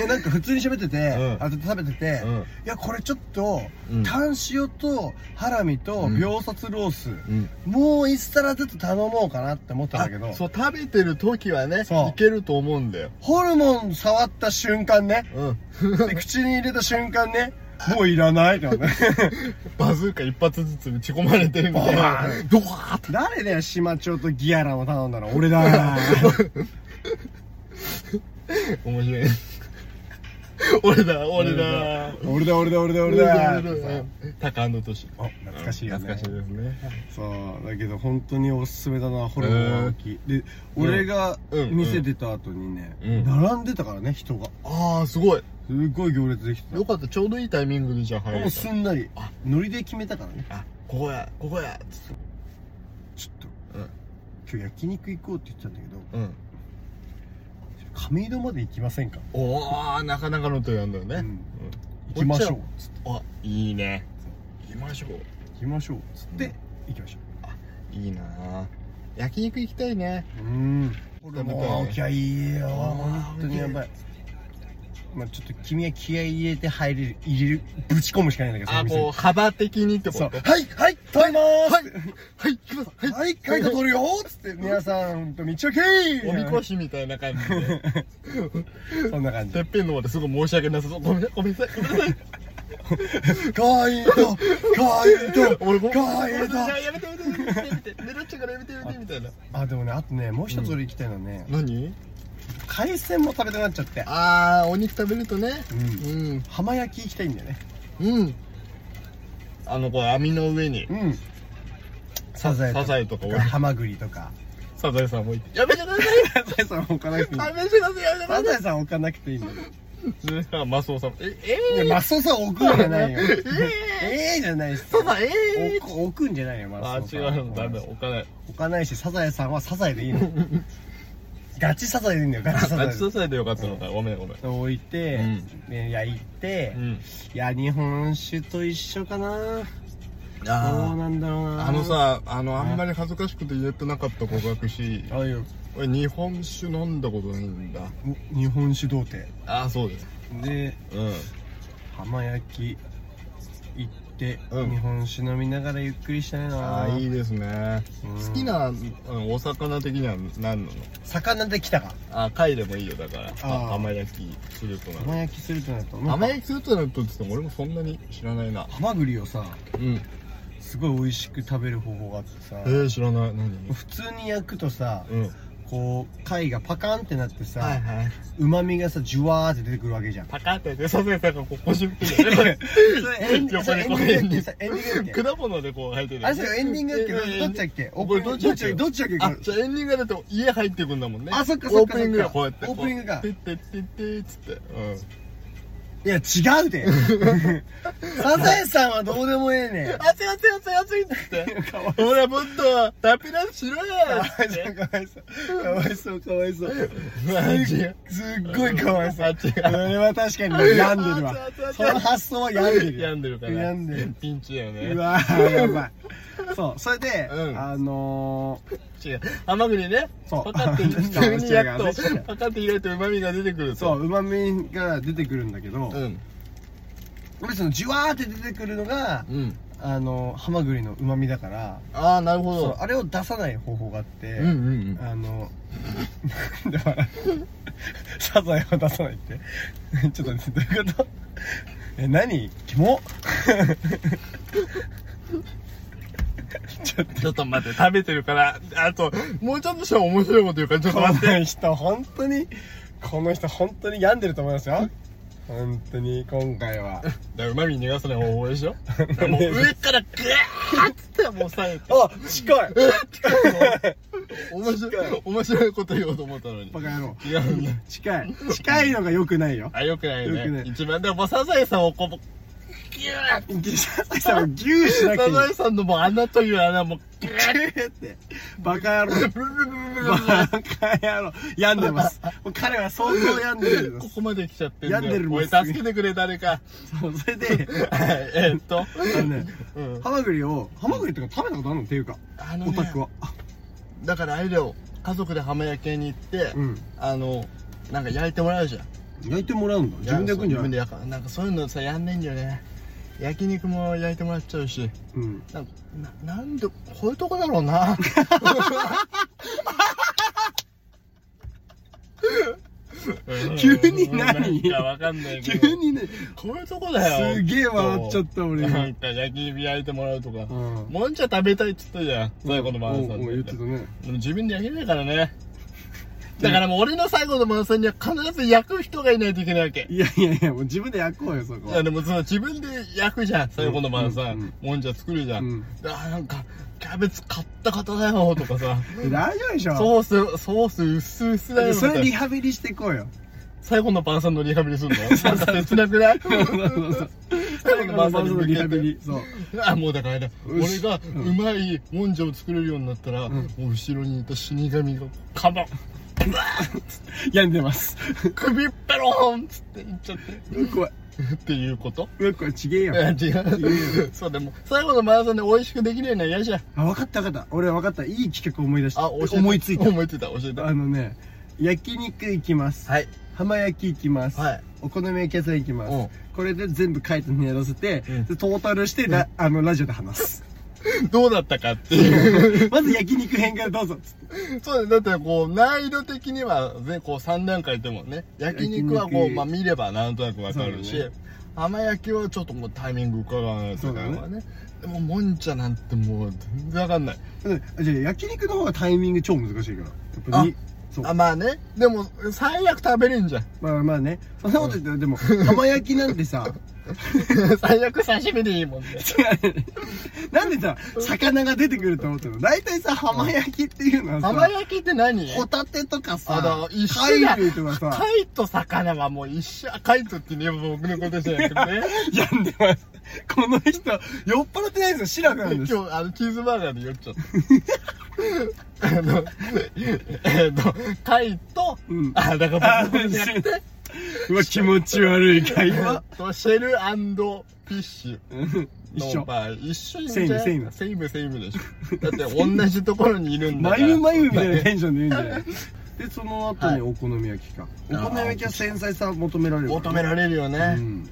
[SPEAKER 3] やなんか普通に喋ってて、
[SPEAKER 2] うん
[SPEAKER 3] あと食べてて、
[SPEAKER 2] う
[SPEAKER 3] い
[SPEAKER 2] ん
[SPEAKER 3] やこれちょっと、
[SPEAKER 2] うん
[SPEAKER 3] タン塩とハラミと
[SPEAKER 2] うん
[SPEAKER 3] 秒殺ロース、
[SPEAKER 2] うん
[SPEAKER 3] もう一皿ずつ頼もうかなって思ったんだけど
[SPEAKER 2] あそう食べてる時はね
[SPEAKER 3] そう
[SPEAKER 2] いけると思うんだよ
[SPEAKER 3] ホルモン触った瞬間ね
[SPEAKER 2] うん
[SPEAKER 3] で口に入れた瞬間ねもういらないってなる
[SPEAKER 2] バズーカ一発ずつ打ち込まれてるみたいな
[SPEAKER 3] バー。
[SPEAKER 2] ドワーって。
[SPEAKER 3] 誰だよ島町とギアラを頼んだの俺 だ
[SPEAKER 2] 面白い。俺だ、俺だ。
[SPEAKER 3] 俺だ俺だ俺だ俺
[SPEAKER 2] 俺
[SPEAKER 3] だ
[SPEAKER 2] だ、俺だ。タカアンドトシ。
[SPEAKER 3] あ懐かしいよね
[SPEAKER 2] 懐かしいですね。
[SPEAKER 3] そうだけど本当におすすめだなホルモン大きい、で
[SPEAKER 2] うん
[SPEAKER 3] 俺が
[SPEAKER 2] うん
[SPEAKER 3] 店出た後にね、
[SPEAKER 2] うん
[SPEAKER 3] 並んでたからね人が
[SPEAKER 2] ああ、すごい。
[SPEAKER 3] すごい行列できてた
[SPEAKER 2] よかった、ちょうどいいタイミングでじゃあ入
[SPEAKER 3] もう
[SPEAKER 2] れた
[SPEAKER 3] す。んなり
[SPEAKER 2] あ
[SPEAKER 3] ノリで決めたからね
[SPEAKER 2] あ、ここや、ここや。
[SPEAKER 3] ちょっと、
[SPEAKER 2] うん
[SPEAKER 3] 今日焼肉行こうって言ってたんだけど
[SPEAKER 2] うん。
[SPEAKER 3] 亀戸まで行きませんか
[SPEAKER 2] おー、なかなかの手なんだよ
[SPEAKER 3] う
[SPEAKER 2] ね。
[SPEAKER 3] ん行きましょうつって
[SPEAKER 2] あ、いいね。行きましょう。
[SPEAKER 3] 行きましょうつって、行きましょ
[SPEAKER 2] いいなぁ。焼肉行きたいね。
[SPEAKER 3] ううんホ
[SPEAKER 2] ル
[SPEAKER 3] ル
[SPEAKER 2] モ
[SPEAKER 3] モ
[SPEAKER 2] ン
[SPEAKER 3] ン青木はいいよ
[SPEAKER 2] あー
[SPEAKER 3] 本当にやばいまあちょっと君は気合い入れて入れる入れるぶち込むしかないんだけど
[SPEAKER 2] あ、
[SPEAKER 3] その店に
[SPEAKER 2] こう、幅的にってこ
[SPEAKER 3] そう
[SPEAKER 2] と。
[SPEAKER 3] はいはい取りま
[SPEAKER 2] はい
[SPEAKER 3] ーす
[SPEAKER 2] はい、行きます。はい。
[SPEAKER 3] はい回答取るよーつって皆さんほんと道をけー
[SPEAKER 2] おみこしみたいな感じで。
[SPEAKER 3] そんな感じ
[SPEAKER 2] てっぺんのまですごい申し訳なさそう。ごめん、ごめんなさい、ごめんなさい。
[SPEAKER 3] かわいいとかわいいと
[SPEAKER 2] 俺ごめん
[SPEAKER 3] かわいいと
[SPEAKER 2] やめてやめてやめてやめてぬるっちゃからやめてやめてみたいな
[SPEAKER 3] あでもねあとねもう一つ俺行きたいのはね、
[SPEAKER 2] 何
[SPEAKER 3] 海鮮も食べたくなっちゃって
[SPEAKER 2] あーお肉食べるとね
[SPEAKER 3] う
[SPEAKER 2] うんん
[SPEAKER 3] 浜焼き行きたいんだよね
[SPEAKER 2] うんあのこれ網の上に
[SPEAKER 3] うんサザエ
[SPEAKER 2] サ
[SPEAKER 3] と
[SPEAKER 2] ザエとか
[SPEAKER 3] かハマグリとか
[SPEAKER 2] サザエさんもいてやめてくださ
[SPEAKER 3] サザエさん置かなくていい
[SPEAKER 2] いやめてくださいやめてくだ
[SPEAKER 3] サ
[SPEAKER 2] さ
[SPEAKER 3] ザエさん置かなくていいんだよ
[SPEAKER 2] いそれはマスオさんえ
[SPEAKER 3] い
[SPEAKER 2] え
[SPEAKER 3] や
[SPEAKER 2] ー
[SPEAKER 3] マスオさん置くんじゃないよええじゃないっす
[SPEAKER 2] サザエえー
[SPEAKER 3] 置く置くんじゃないよ
[SPEAKER 2] あ
[SPEAKER 3] マスオさ
[SPEAKER 2] 違
[SPEAKER 3] ん
[SPEAKER 2] うのダメ置かない
[SPEAKER 3] 置かないしサザエさんはサザエでいいのガチサザエでいいんだよガチサザ
[SPEAKER 2] あ
[SPEAKER 3] エ
[SPEAKER 2] サザエでよかったのかごめんごめん
[SPEAKER 3] 置いて、
[SPEAKER 2] うん
[SPEAKER 3] ね、焼いて、
[SPEAKER 2] うん
[SPEAKER 3] いや日本酒と一緒かなどうなんだろうな
[SPEAKER 2] あのさあのあんまり恥ずかしくて言えてなかった告白し
[SPEAKER 3] あいよ
[SPEAKER 2] 俺日本酒飲んだことないんだ
[SPEAKER 3] 日本酒童貞
[SPEAKER 2] ああそうです
[SPEAKER 3] で
[SPEAKER 2] うん
[SPEAKER 3] 浜焼き行って、
[SPEAKER 2] うん
[SPEAKER 3] 日本酒飲みながらゆっくりしたいな
[SPEAKER 2] ああいいですね
[SPEAKER 3] うん
[SPEAKER 2] 好きなうんお魚的には何なの
[SPEAKER 3] 魚で来たか
[SPEAKER 2] あ貝でもいいよだから
[SPEAKER 3] あー
[SPEAKER 2] あ甘焼きするとな
[SPEAKER 3] 浜焼きするとなると
[SPEAKER 2] 甘
[SPEAKER 3] き
[SPEAKER 2] 焼きするとなるとって言っても俺もそんなに知らないな
[SPEAKER 3] ハマグリをさ
[SPEAKER 2] うんえ
[SPEAKER 3] すごい美味しく食べる方法があってさ、
[SPEAKER 2] ー、知らない何
[SPEAKER 3] 普通に焼くとさ、
[SPEAKER 2] うん
[SPEAKER 3] こう貝がパカンってなってさ
[SPEAKER 2] はい
[SPEAKER 3] 旨味がさジュワーって出てくるわけじゃん
[SPEAKER 2] パカってやってサザエさんがこう腰振ってる
[SPEAKER 3] エンディング
[SPEAKER 2] 横にこう
[SPEAKER 3] エンディングってさエンディングだっけ
[SPEAKER 2] 果物でこう入ってる
[SPEAKER 3] あれそれエンディングだっけ
[SPEAKER 2] えー
[SPEAKER 3] どっちだっけ
[SPEAKER 2] これどっちだっけ
[SPEAKER 3] どっちだっけこ
[SPEAKER 2] あ
[SPEAKER 3] れ、
[SPEAKER 2] じゃあエンディングだと家入ってくんだもんね。
[SPEAKER 3] あそっかそっ
[SPEAKER 2] オー
[SPEAKER 3] かそっか
[SPEAKER 2] プニングがこうやって。
[SPEAKER 3] オープニングか
[SPEAKER 2] こうてってってってつっ て。うん。
[SPEAKER 3] いや違う でサザエさんはどうでもええねん
[SPEAKER 2] 熱い熱い熱い熱いっつって。ほら、もっと、タピラズしろよ
[SPEAKER 3] かわ
[SPEAKER 2] っ
[SPEAKER 3] い
[SPEAKER 2] つって。
[SPEAKER 3] そうかわいそうかわいそうかわいそう
[SPEAKER 2] マジ
[SPEAKER 3] すっごいかわいそう
[SPEAKER 2] あ違う
[SPEAKER 3] それは確かに病んでる
[SPEAKER 2] あ
[SPEAKER 3] わ
[SPEAKER 2] 違う違う違う
[SPEAKER 3] その発想は病んでる
[SPEAKER 2] 病んでるから。
[SPEAKER 3] 病んでる
[SPEAKER 2] ピンチだよね。
[SPEAKER 3] うわーやばいそうそれで、
[SPEAKER 2] うん
[SPEAKER 3] あの
[SPEAKER 2] 違う。ハマグリね。
[SPEAKER 3] そう
[SPEAKER 2] パカって、普通にやっ
[SPEAKER 3] 違う
[SPEAKER 2] と
[SPEAKER 3] 違う違う、
[SPEAKER 2] パカって入れて旨味が出てくる
[SPEAKER 3] ー
[SPEAKER 2] と。
[SPEAKER 3] そううまみが出てくるんだけど、
[SPEAKER 2] うん。
[SPEAKER 3] 俺そのジュワーって出てくるのが
[SPEAKER 2] うん。
[SPEAKER 3] あのハマグリのうまみだから
[SPEAKER 2] ああ、なるほ
[SPEAKER 3] そう
[SPEAKER 2] ど。
[SPEAKER 3] あれを出さない方法があって、
[SPEAKER 2] うんうんうん。
[SPEAKER 3] あの だからサザエは出さないって ちょっと待ってどういうこと え何キモ ちょっと
[SPEAKER 2] ちょっと待って、食べてるから、あと、もうちょっとしたら面白いこと言うから、ちょっと
[SPEAKER 3] こ
[SPEAKER 2] 待って。
[SPEAKER 3] の人本当にこの人本当に病んでると思いますよ本当に今回は
[SPEAKER 2] だからうまみ逃がさない方法でしょもう上からグーッつってもう押さえて
[SPEAKER 3] あ近い
[SPEAKER 2] 面白い面白いこと言おうと思ったのに
[SPEAKER 3] バカ野郎
[SPEAKER 2] 違うんだ
[SPEAKER 3] 近い近いのが良くないよ
[SPEAKER 2] あよくない
[SPEAKER 3] よくな
[SPEAKER 2] ね
[SPEAKER 3] い
[SPEAKER 2] 一番でもサザエさんをこうギューッ
[SPEAKER 3] サザエ さんをギューしなきゃい
[SPEAKER 2] サ
[SPEAKER 3] い
[SPEAKER 2] ザエさんのもう穴という穴もギューッ
[SPEAKER 3] ギューってバカ野郎
[SPEAKER 2] ブルブルブ ルブル
[SPEAKER 3] バカ野郎病んでますもう彼は相当病んでるんで
[SPEAKER 2] こ
[SPEAKER 3] す
[SPEAKER 2] こまで来ちゃってんだ
[SPEAKER 3] 病んでる
[SPEAKER 2] よ
[SPEAKER 3] もん
[SPEAKER 2] おい助けてくれ誰か
[SPEAKER 3] そうそれで
[SPEAKER 2] はいえーっと
[SPEAKER 3] あのね
[SPEAKER 2] うん
[SPEAKER 3] ハマグリをハマグリとか食べたことあるのっていうか
[SPEAKER 2] あの
[SPEAKER 3] オ
[SPEAKER 2] ね
[SPEAKER 3] タクは
[SPEAKER 2] だからあれだよ家族で浜焼きに行って
[SPEAKER 3] うん
[SPEAKER 2] あのなんか焼いてもらうじゃん
[SPEAKER 3] 焼いてもらうんだ自分で焼くんじゃ
[SPEAKER 2] 自分
[SPEAKER 3] な
[SPEAKER 2] で
[SPEAKER 3] い
[SPEAKER 2] 焼かなんかそういうのさやんねえんだよね焼肉も焼いてもらっちゃうし
[SPEAKER 3] うん
[SPEAKER 2] なんかななんでこういうとこだろうな
[SPEAKER 3] 急に何
[SPEAKER 2] なんかわかんないけど
[SPEAKER 3] 急にね
[SPEAKER 2] こういうとこだよ
[SPEAKER 3] すげえ笑っちゃった俺今
[SPEAKER 2] なんか焼き肉焼いてもらうとか
[SPEAKER 3] うん
[SPEAKER 2] もんじゃ食べたいっつったじゃん最後のマラソ
[SPEAKER 3] お
[SPEAKER 2] ン
[SPEAKER 3] うおう言ってたね
[SPEAKER 2] でも自分で焼けないからねだからもう俺の最後のマラソンには必ず焼く人がいないといけないわけ
[SPEAKER 3] いやいやいやもう自分で焼こうよそこ
[SPEAKER 2] い
[SPEAKER 3] は
[SPEAKER 2] やでもその自分で焼くじゃん最後の晩さ、
[SPEAKER 3] うんうん
[SPEAKER 2] もんじゃ作るじゃん、
[SPEAKER 3] うん
[SPEAKER 2] あーなんかキャベツ買った方だよとかさ
[SPEAKER 3] 大丈夫でしょ
[SPEAKER 2] ソースソース薄々だよみ
[SPEAKER 3] そ
[SPEAKER 2] た
[SPEAKER 3] れ
[SPEAKER 2] い
[SPEAKER 3] リ
[SPEAKER 2] な
[SPEAKER 3] ハビリしていこうよ
[SPEAKER 2] 最後の晩さんのリハビリするのなんか切なくない最後の晩さんに向けて
[SPEAKER 3] そう
[SPEAKER 2] あもうだからね
[SPEAKER 3] う
[SPEAKER 2] 俺
[SPEAKER 3] し
[SPEAKER 2] が
[SPEAKER 3] うん
[SPEAKER 2] うまいもんじゃを作れるようになったら、
[SPEAKER 3] ん
[SPEAKER 2] もう後ろにいた死神が「カモン
[SPEAKER 3] 病んでます
[SPEAKER 2] 首ペロン!」っつって言っちゃって
[SPEAKER 3] うわ怖い
[SPEAKER 2] っていうこと
[SPEAKER 3] うわ怖いちげえ
[SPEAKER 2] い
[SPEAKER 3] よ
[SPEAKER 2] や違うそうでも最後のマラソンで美味しくできないのは嫌じゃん
[SPEAKER 3] あ分かった分かった俺分かったいい企画思い出した
[SPEAKER 2] あ、教えて
[SPEAKER 3] 思いついた
[SPEAKER 2] 思いついた、教えて。
[SPEAKER 3] あのね焼肉行きます
[SPEAKER 2] はい。
[SPEAKER 3] 浜焼き行きます、
[SPEAKER 2] はい。
[SPEAKER 3] お好み焼き屋さん行きます、
[SPEAKER 2] うん
[SPEAKER 3] これで全部書いたのにやらせて、
[SPEAKER 2] うん
[SPEAKER 3] でトータルしてラ,、あのラジオで話 す
[SPEAKER 2] どうだったかってい う。
[SPEAKER 3] まず焼肉編からどうぞ
[SPEAKER 2] そうだね、だってこう、難易度的には、ね、こう3段階でもんね。焼肉はこ
[SPEAKER 3] 焼
[SPEAKER 2] う、
[SPEAKER 3] 肉
[SPEAKER 2] まあ見ればなんとなくわかるし、
[SPEAKER 3] そうだね
[SPEAKER 2] 甘焼きはちょっともうタイミング伺わないとか
[SPEAKER 3] そ
[SPEAKER 2] はねでももんちゃなんてもう全然わかんない
[SPEAKER 3] じゃあ焼肉の方がタイミング超難しいからやっぱにそう
[SPEAKER 2] あまあねでも最悪食べれ んじゃん
[SPEAKER 3] まあまあねそんなこと言ったらでも浜焼きなんてさ
[SPEAKER 2] 最悪刺身でいいも んね
[SPEAKER 3] 違うねなんでさ魚が出てくると思ってるの大体さ浜焼きっていうのはさ
[SPEAKER 2] 甘焼きって何
[SPEAKER 3] ホタテとか
[SPEAKER 2] あ
[SPEAKER 3] さ
[SPEAKER 2] の、一緒
[SPEAKER 3] 貝
[SPEAKER 2] や。
[SPEAKER 3] 類とかさ
[SPEAKER 2] 貝と魚はもう一緒。貝とってね、僕のことじゃなくてね。
[SPEAKER 3] 病んでますこの人酔っ払ってないんですよ白くなん
[SPEAKER 2] 今
[SPEAKER 3] です
[SPEAKER 2] 日、あの、チーズバーガーで酔っちゃった。あの、えっと、貝と、
[SPEAKER 3] うん
[SPEAKER 2] あ、だから僕のことじゃなくて、
[SPEAKER 3] うわ気持ち悪い会 話
[SPEAKER 2] えっとシェルフィッシュ。
[SPEAKER 3] 一緒
[SPEAKER 2] まあ、一緒に
[SPEAKER 3] セイムセイム
[SPEAKER 2] セイムセイムでしょ。だって同じところにいるんだか
[SPEAKER 3] マ
[SPEAKER 2] ら。
[SPEAKER 3] ユマユみたいなテンションで言うんじゃ ないでその後
[SPEAKER 2] は
[SPEAKER 3] に
[SPEAKER 2] い
[SPEAKER 3] お好み焼きか、
[SPEAKER 2] あー
[SPEAKER 3] お好み焼きは繊細さ求められる
[SPEAKER 2] 求められるよ
[SPEAKER 3] ら
[SPEAKER 2] ね、
[SPEAKER 3] うん、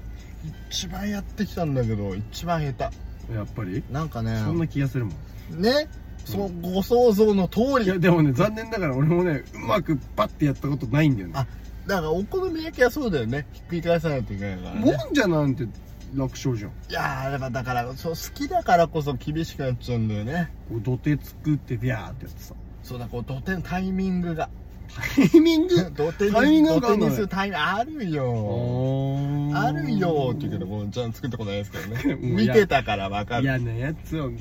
[SPEAKER 2] 一番やってきたんだけど、一番下
[SPEAKER 3] やっぱり
[SPEAKER 2] 手。なんかね、
[SPEAKER 3] そんな気がするもん
[SPEAKER 2] ね、そうご想像の通
[SPEAKER 3] いや
[SPEAKER 2] り
[SPEAKER 3] でもね残念ながら俺もねうまくパッてやったことないんだよね
[SPEAKER 2] あだからお好み焼きはそうだよねひっくり返さないといけないから
[SPEAKER 3] も
[SPEAKER 2] ね
[SPEAKER 3] んじゃなんて楽勝じゃん
[SPEAKER 2] いやーだからだからそう好きだからこそ厳しくなっちゃうんだよね
[SPEAKER 3] こう土手作ってビャーってや ってさ
[SPEAKER 2] そうだこう土手のタイミングが
[SPEAKER 3] タイミング
[SPEAKER 2] 土手に
[SPEAKER 3] タイミングなんかあ
[SPEAKER 2] 土手
[SPEAKER 3] んのね
[SPEAKER 2] にするタイミングあるよあるよーって言うけどこうちゃん作ったことないですけどね
[SPEAKER 3] もう
[SPEAKER 2] 見
[SPEAKER 3] や
[SPEAKER 2] てたから分かる
[SPEAKER 3] 嫌なやつを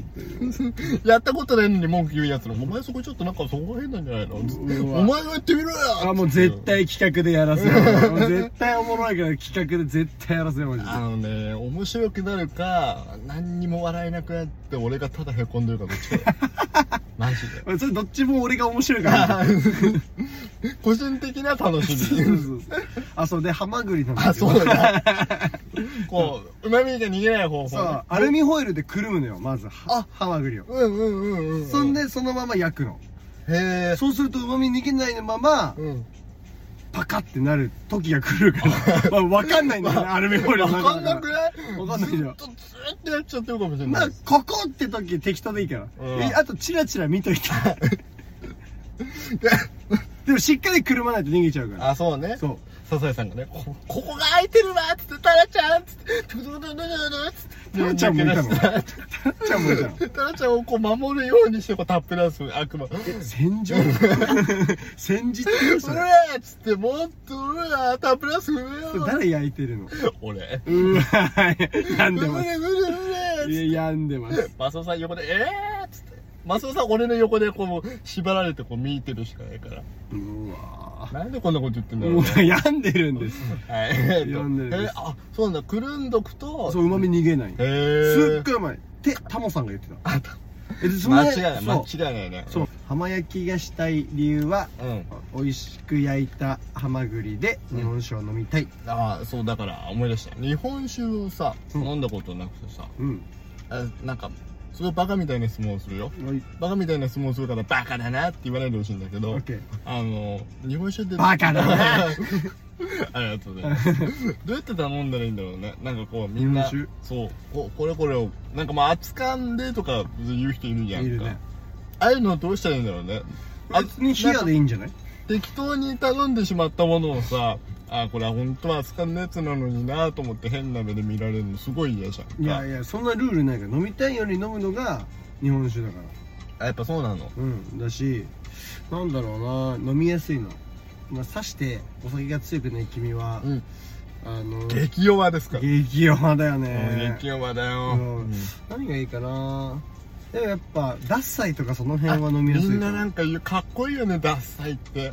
[SPEAKER 2] やったことないのに文句言うやつの「お前そこちょっとなんかそこが変なんじゃないの?」お
[SPEAKER 3] うわ
[SPEAKER 2] 前が言ってみろよ!」
[SPEAKER 3] あもう絶対企画でやらせよ うもう絶対おもろいから企画で絶対やらせようマジで
[SPEAKER 2] あのね、面白くなるか、何にも笑えなくなって、俺がただ凹んでるかどっちか だよ。マジで。
[SPEAKER 3] まあそれどっちも俺が面白いから
[SPEAKER 2] 個人的な楽し
[SPEAKER 3] そう
[SPEAKER 2] み。
[SPEAKER 3] そうそうあそうでハマグリなん
[SPEAKER 2] あ、
[SPEAKER 3] だけど
[SPEAKER 2] そうだ。こう、うまみが逃げない方 法
[SPEAKER 3] そ
[SPEAKER 2] ね
[SPEAKER 3] う。アルミホイルでくるむのよまずは
[SPEAKER 2] あ
[SPEAKER 3] ハマグリを
[SPEAKER 2] うんうんうんうん。
[SPEAKER 3] そん、でそのまま焼くの
[SPEAKER 2] へえ。
[SPEAKER 3] そうするとうまみ逃げないまま
[SPEAKER 2] うん。
[SPEAKER 3] パカってなる時が来る からまあわかんないんだよねアルミホイル
[SPEAKER 2] わ
[SPEAKER 3] の中
[SPEAKER 2] かん
[SPEAKER 3] だか
[SPEAKER 2] なく
[SPEAKER 3] ら
[SPEAKER 2] ない
[SPEAKER 3] わかんないよ
[SPEAKER 2] ずっとずーっとやっちゃってるかもしれ
[SPEAKER 3] ま
[SPEAKER 2] な
[SPEAKER 3] あ
[SPEAKER 2] い。
[SPEAKER 3] ここって時適当でいいから
[SPEAKER 2] うん
[SPEAKER 3] えあとチラチラ見といてでもしっかりくるまないと逃げちゃうから
[SPEAKER 2] あ、そうね。
[SPEAKER 3] そう
[SPEAKER 2] 笹井さんがね、こここが空いてるわっつって、タラちゃんっつって、ドドドドドドっつって。
[SPEAKER 3] タラちゃんもいたの
[SPEAKER 2] 抜け出した
[SPEAKER 3] じゃあもうじゃん
[SPEAKER 2] タラちゃんをこう守るようにしてこうタップダンス悪魔うれ
[SPEAKER 3] 戦場戦時って言うそれ
[SPEAKER 2] ーっつってもっとうれータップダンスうれ
[SPEAKER 3] それ
[SPEAKER 2] ー
[SPEAKER 3] 誰焼いてるの
[SPEAKER 2] 俺
[SPEAKER 3] うわ病ん
[SPEAKER 2] う
[SPEAKER 3] で
[SPEAKER 2] れ
[SPEAKER 3] ま
[SPEAKER 2] う
[SPEAKER 3] す
[SPEAKER 2] れう
[SPEAKER 3] い
[SPEAKER 2] れーっつっ
[SPEAKER 3] や病んでます
[SPEAKER 2] てマスオさん横でえーっつってマスオさん俺の横でこう縛られてこう見てるしかないから
[SPEAKER 3] うわ
[SPEAKER 2] なんでこんなこと言ってんだろ
[SPEAKER 3] も
[SPEAKER 2] う
[SPEAKER 3] う
[SPEAKER 2] ね
[SPEAKER 3] 病んでるんです
[SPEAKER 2] はいえ
[SPEAKER 3] 読んでるん
[SPEAKER 2] ー
[SPEAKER 3] です
[SPEAKER 2] えあそうなんだくるんどくと
[SPEAKER 3] そううまみ逃げない
[SPEAKER 2] へ
[SPEAKER 3] すっご
[SPEAKER 2] え
[SPEAKER 3] いうまいってタモさんが言ってた
[SPEAKER 2] あた
[SPEAKER 3] えでその
[SPEAKER 2] 間違いない間
[SPEAKER 3] そう
[SPEAKER 2] 違いないね
[SPEAKER 3] そう浜焼きがしたい理由は
[SPEAKER 2] うん
[SPEAKER 3] 美味しく焼いたハマグリで日本酒を飲みたい
[SPEAKER 2] ああそうだから思い出した日本酒をさ
[SPEAKER 3] うん
[SPEAKER 2] 飲んだことなくてさ
[SPEAKER 3] うん
[SPEAKER 2] あなんかすごいバカみたいな質問をするよ
[SPEAKER 3] はい
[SPEAKER 2] バカみたいな質問をするからバカだなって言わないでほしいんだけ
[SPEAKER 3] オ
[SPEAKER 2] ど
[SPEAKER 3] ッケー
[SPEAKER 2] あの日本酒って
[SPEAKER 3] バカだな
[SPEAKER 2] ありがとうございますどうやって頼んだらいいんだろうねなんかこうみんな
[SPEAKER 3] 日本
[SPEAKER 2] そうここれこれをなんかまあ熱燗でとか別に言う人いるじゃ
[SPEAKER 3] い
[SPEAKER 2] んか
[SPEAKER 3] るね
[SPEAKER 2] ああいうのどうしたらいいんだろうねあ
[SPEAKER 3] 別に冷やでいいんじゃない
[SPEAKER 2] 適当に頼んでしまったものをさあこれは本当は熱燗のやつなのになと思って変な目で見られるのすごい嫌じゃんか
[SPEAKER 3] いやいやそんなルールないから飲みたいように飲むのが日本酒だから
[SPEAKER 2] あやっぱそうなの
[SPEAKER 3] うんだしなんだろうな飲みやすいのまあさしてお酒が強くない君は、
[SPEAKER 2] うん
[SPEAKER 3] あの
[SPEAKER 2] 激弱ですから
[SPEAKER 3] 激弱だよ
[SPEAKER 2] うん
[SPEAKER 3] ね
[SPEAKER 2] 激弱だよ、
[SPEAKER 3] うん何がいいかなでもやっぱダッサイとかその辺は飲みやすい
[SPEAKER 2] みんななん
[SPEAKER 3] か
[SPEAKER 2] か言うかっこいいよねダッサイって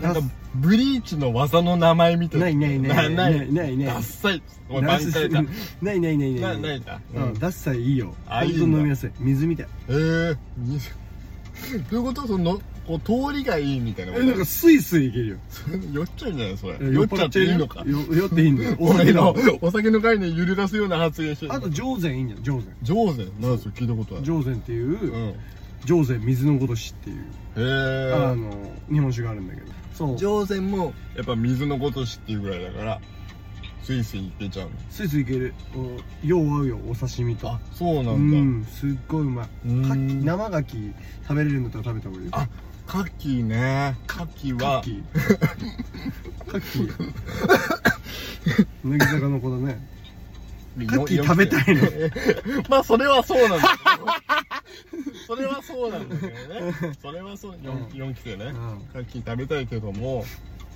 [SPEAKER 2] な
[SPEAKER 3] なんん
[SPEAKER 2] か
[SPEAKER 3] か
[SPEAKER 2] ブリーチの技の名前みたい
[SPEAKER 3] ないないない
[SPEAKER 2] な
[SPEAKER 3] ないないない
[SPEAKER 2] ダッサイおい
[SPEAKER 3] ダ
[SPEAKER 2] 挽
[SPEAKER 3] ッサ
[SPEAKER 2] 回
[SPEAKER 3] イ
[SPEAKER 2] だ
[SPEAKER 3] ないないないな
[SPEAKER 2] ないな
[SPEAKER 3] ない
[SPEAKER 2] いだ
[SPEAKER 3] う
[SPEAKER 2] うん
[SPEAKER 3] ん、ダッサイいいよ
[SPEAKER 2] あ
[SPEAKER 3] ほ
[SPEAKER 2] い
[SPEAKER 3] ん
[SPEAKER 2] いん
[SPEAKER 3] と
[SPEAKER 2] だ
[SPEAKER 3] 飲みやすい水みたい
[SPEAKER 2] えーにどういうことそのこう通りがいいみたいなこ
[SPEAKER 3] え
[SPEAKER 2] と
[SPEAKER 3] なんかスイスイいけるよ
[SPEAKER 2] 酔っちゃうんじゃないそれ酔っちゃっていいのか
[SPEAKER 3] よ酔っていいんだよお酒
[SPEAKER 2] 俺
[SPEAKER 3] だ
[SPEAKER 2] のお酒の概念揺るがすような発言してる
[SPEAKER 3] あと上善いいんじゃん上善
[SPEAKER 2] 上手なんですよ聞いたことある
[SPEAKER 3] 上善っていううん
[SPEAKER 2] へ
[SPEAKER 3] 上善水のことしっていう
[SPEAKER 2] え
[SPEAKER 3] あの日本酒があるんだけどそう
[SPEAKER 2] 上善もやっぱ水のことしっていうぐらいだからスイスイいけちゃうの
[SPEAKER 3] スイスイいけるおよう合うよお刺身と
[SPEAKER 2] あそうな
[SPEAKER 3] うん
[SPEAKER 2] だ
[SPEAKER 3] んすっごいうまい
[SPEAKER 2] うん
[SPEAKER 3] 牡蠣生牡蠣食べれるんだったら食べた方がいいよ
[SPEAKER 2] あカキねカキは
[SPEAKER 3] 牡蠣 牡蠣乃木坂の子だねカッキー食べたいの
[SPEAKER 2] まあそれはそうなんだけど それはそうなんだけどねそれはそう 4, 四期生ね、
[SPEAKER 3] ん
[SPEAKER 2] カッキー食べたいけども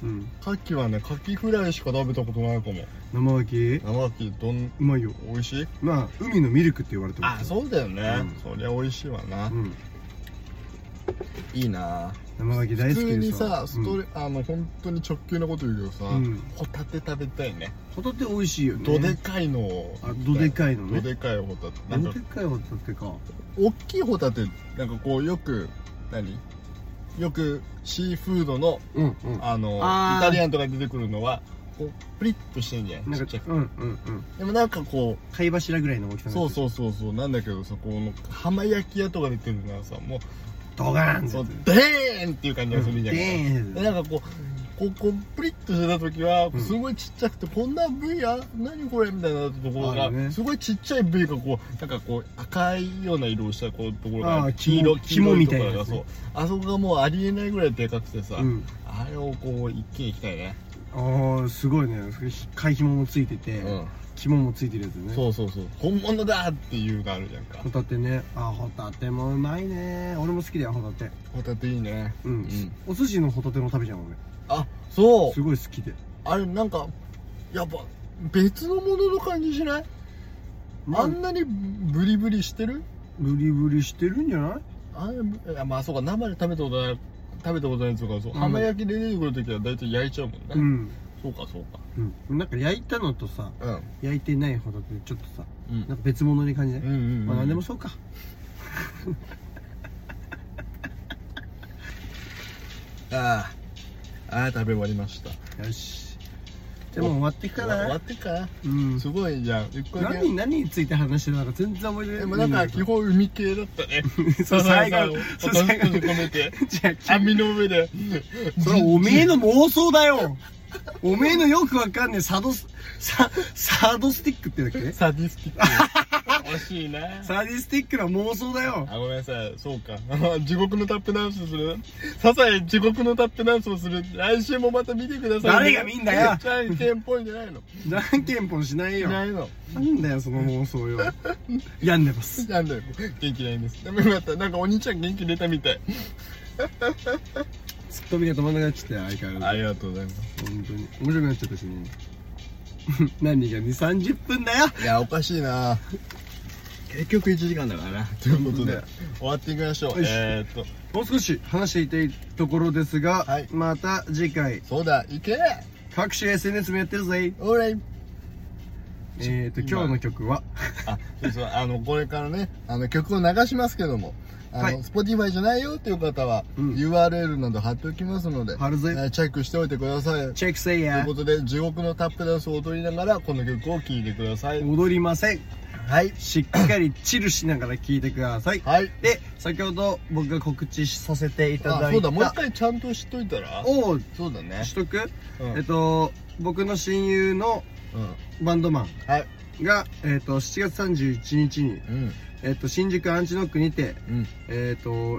[SPEAKER 3] うん
[SPEAKER 2] カッキーはねカキフライしか食べたことないかも
[SPEAKER 3] 生牡蠣
[SPEAKER 2] 生牡蠣どん
[SPEAKER 3] うまいよ
[SPEAKER 2] 美味しい
[SPEAKER 3] まあ海のミルクって言われてま
[SPEAKER 2] あ
[SPEAKER 3] す
[SPEAKER 2] そうだよね、
[SPEAKER 3] うん
[SPEAKER 2] そりゃ美味しいわな、
[SPEAKER 3] うん
[SPEAKER 2] いいな
[SPEAKER 3] 生牡蠣大
[SPEAKER 2] 普
[SPEAKER 3] 好き
[SPEAKER 2] 通
[SPEAKER 3] で
[SPEAKER 2] に
[SPEAKER 3] さ
[SPEAKER 2] さストレ、あの本当に直球なこと言うけどさ、
[SPEAKER 3] うん
[SPEAKER 2] ホタテ食べたいね
[SPEAKER 3] ホタテ美味しいよね
[SPEAKER 2] どでかいのを
[SPEAKER 3] あどでかいのね
[SPEAKER 2] どでかいホタテなん
[SPEAKER 3] ど
[SPEAKER 2] か
[SPEAKER 3] でかいホタテか
[SPEAKER 2] 大きいホタテなんかこうよく何よくシーフードの
[SPEAKER 3] うんうん
[SPEAKER 2] あの
[SPEAKER 3] あー
[SPEAKER 2] イタリアンとか出てくるのはこうプリッとしてんじゃん
[SPEAKER 3] なん
[SPEAKER 2] ち
[SPEAKER 3] か
[SPEAKER 2] っちゃく
[SPEAKER 3] うんうんうん
[SPEAKER 2] でもなんかこ
[SPEAKER 3] 貝柱ぐらいの大きさ
[SPEAKER 2] うそうそうそうそうなんだけどさこの浜焼き屋とか出てるのはさも
[SPEAKER 3] うドガーン
[SPEAKER 2] う
[SPEAKER 3] って
[SPEAKER 2] そ
[SPEAKER 3] や
[SPEAKER 2] う
[SPEAKER 3] つ
[SPEAKER 2] デーンっていう感じがするじゃん、
[SPEAKER 3] でーん
[SPEAKER 2] でなんかこうこうこうプリッとしてた時は
[SPEAKER 3] うん
[SPEAKER 2] すごいちっちゃくて、こんな部位や何これみたいなところ
[SPEAKER 3] あ
[SPEAKER 2] が、
[SPEAKER 3] るね
[SPEAKER 2] すごいちっちゃい部位がこうなんかこう赤いような色をしたこうところ
[SPEAKER 3] あ
[SPEAKER 2] が
[SPEAKER 3] ー
[SPEAKER 2] 黄色
[SPEAKER 3] 肝
[SPEAKER 2] 黄色いとこ
[SPEAKER 3] 肝みたいな
[SPEAKER 2] ろ
[SPEAKER 3] や
[SPEAKER 2] が
[SPEAKER 3] つ
[SPEAKER 2] そ
[SPEAKER 3] ね
[SPEAKER 2] うあそこがもうありえないぐらいでかくてさ、
[SPEAKER 3] うん
[SPEAKER 2] あれをこう一気にいきたいね、
[SPEAKER 3] ああすごいね貝紐もついてて、
[SPEAKER 2] うん
[SPEAKER 3] 肝もついてるやつね
[SPEAKER 2] そうそうそう本物だっていうのあるじゃんか
[SPEAKER 3] ホタテねあホタテもうまいね俺も好きだよホタテ
[SPEAKER 2] ホタテいいね
[SPEAKER 3] うん、
[SPEAKER 2] ん
[SPEAKER 3] お寿司のホタテも食べちゃうもんね
[SPEAKER 2] あそう
[SPEAKER 3] すごい好きで
[SPEAKER 2] あれなんかやっぱ別のものの感じしない、あ
[SPEAKER 3] あん
[SPEAKER 2] ん
[SPEAKER 3] な
[SPEAKER 2] なにブリブリしてる
[SPEAKER 3] ブリブリしてるんじゃない
[SPEAKER 2] あいやまあそうか生で食べたことない食べたことないやつとかそう浜焼きで出てくるときは大体焼いちゃうもんね、
[SPEAKER 3] うん、
[SPEAKER 2] そうかそうか
[SPEAKER 3] うん、なんか焼いたのとさ
[SPEAKER 2] うん
[SPEAKER 3] 焼いてないホタテちょっとさ
[SPEAKER 2] うん
[SPEAKER 3] なんか別物に感じない、
[SPEAKER 2] うんうんうん
[SPEAKER 3] まあ何でもそうか
[SPEAKER 2] ああああ食べ終わりました
[SPEAKER 3] よしじゃあもう終わっていくか
[SPEAKER 2] 終わ
[SPEAKER 3] な
[SPEAKER 2] ってっか
[SPEAKER 3] うん
[SPEAKER 2] すごいじゃんゆっくり
[SPEAKER 3] 何何について話してたのか全然覚えてない
[SPEAKER 2] でもなんか基本海系だったね
[SPEAKER 3] そう最後
[SPEAKER 2] お
[SPEAKER 3] そう
[SPEAKER 2] と
[SPEAKER 3] 最後
[SPEAKER 2] ずつ込めて
[SPEAKER 3] じゃあ
[SPEAKER 2] 網の上で
[SPEAKER 3] それおめえの妄想だよ おめえのよくわかんねえサドス、サ、サドスティックってだっけ
[SPEAKER 2] サディスティック 惜しいな
[SPEAKER 3] サディスティックな妄想だ よ
[SPEAKER 2] あごめんなさいそうか 地獄のタップダンスするささえ地獄のタップダンスをする来週もまた見てください
[SPEAKER 3] 誰が見んだよ
[SPEAKER 2] じゃんけんぽいんじゃないの
[SPEAKER 3] じゃんけんぽんしない
[SPEAKER 2] い
[SPEAKER 3] よ。な
[SPEAKER 2] ないの
[SPEAKER 3] んだよ、その妄想よ。病んでます。
[SPEAKER 2] なんだよ元気ないんですでもよかったなんかお兄ちゃん元気出たみたい
[SPEAKER 3] ツッコミが止まんなくなっちゃったよ、相変わら
[SPEAKER 2] りがとうございます
[SPEAKER 3] ず。本当に。面白くなっちゃったしね。 何が2、30分だよ
[SPEAKER 2] いやおかしいな結局1時間だからなということで
[SPEAKER 3] ね
[SPEAKER 2] 終わっていきましょう
[SPEAKER 3] よし
[SPEAKER 2] えー、っと
[SPEAKER 3] もう少し話していたいところですが、
[SPEAKER 2] はい
[SPEAKER 3] また次回、
[SPEAKER 2] そうだいけ
[SPEAKER 3] 各種 SNS もやってるぜ。
[SPEAKER 2] オーライ
[SPEAKER 3] えっ、ー、と、今日の曲は、
[SPEAKER 2] あそうそうあのこれからねあの曲を流しますけどもあの、
[SPEAKER 3] はい
[SPEAKER 2] Spotify じゃないよっていう方は、
[SPEAKER 3] うん
[SPEAKER 2] URL など貼っておきますので、
[SPEAKER 3] 貼る
[SPEAKER 2] え
[SPEAKER 3] ぜ
[SPEAKER 2] ーチェックしておいてください
[SPEAKER 3] チェックせい
[SPEAKER 2] という
[SPEAKER 3] や
[SPEAKER 2] こ。とで地獄のタップダンスを踊りながらこの曲を聴いてください
[SPEAKER 3] 踊りません。
[SPEAKER 2] はい
[SPEAKER 3] しっかりチルしながら聞いてください。
[SPEAKER 2] はい
[SPEAKER 3] で、先ほど僕が告知させていただいた。
[SPEAKER 2] あそうだもう一回ちゃんとしといたら
[SPEAKER 3] を
[SPEAKER 2] そうだね
[SPEAKER 3] しとく、
[SPEAKER 2] うん、
[SPEAKER 3] えっと、僕の親友の
[SPEAKER 2] うん
[SPEAKER 3] バンドマ
[SPEAKER 2] はい
[SPEAKER 3] ンが、えっと、7月31日に、
[SPEAKER 2] うん
[SPEAKER 3] えっと、新宿アンチノックにて、
[SPEAKER 2] うん
[SPEAKER 3] えっと、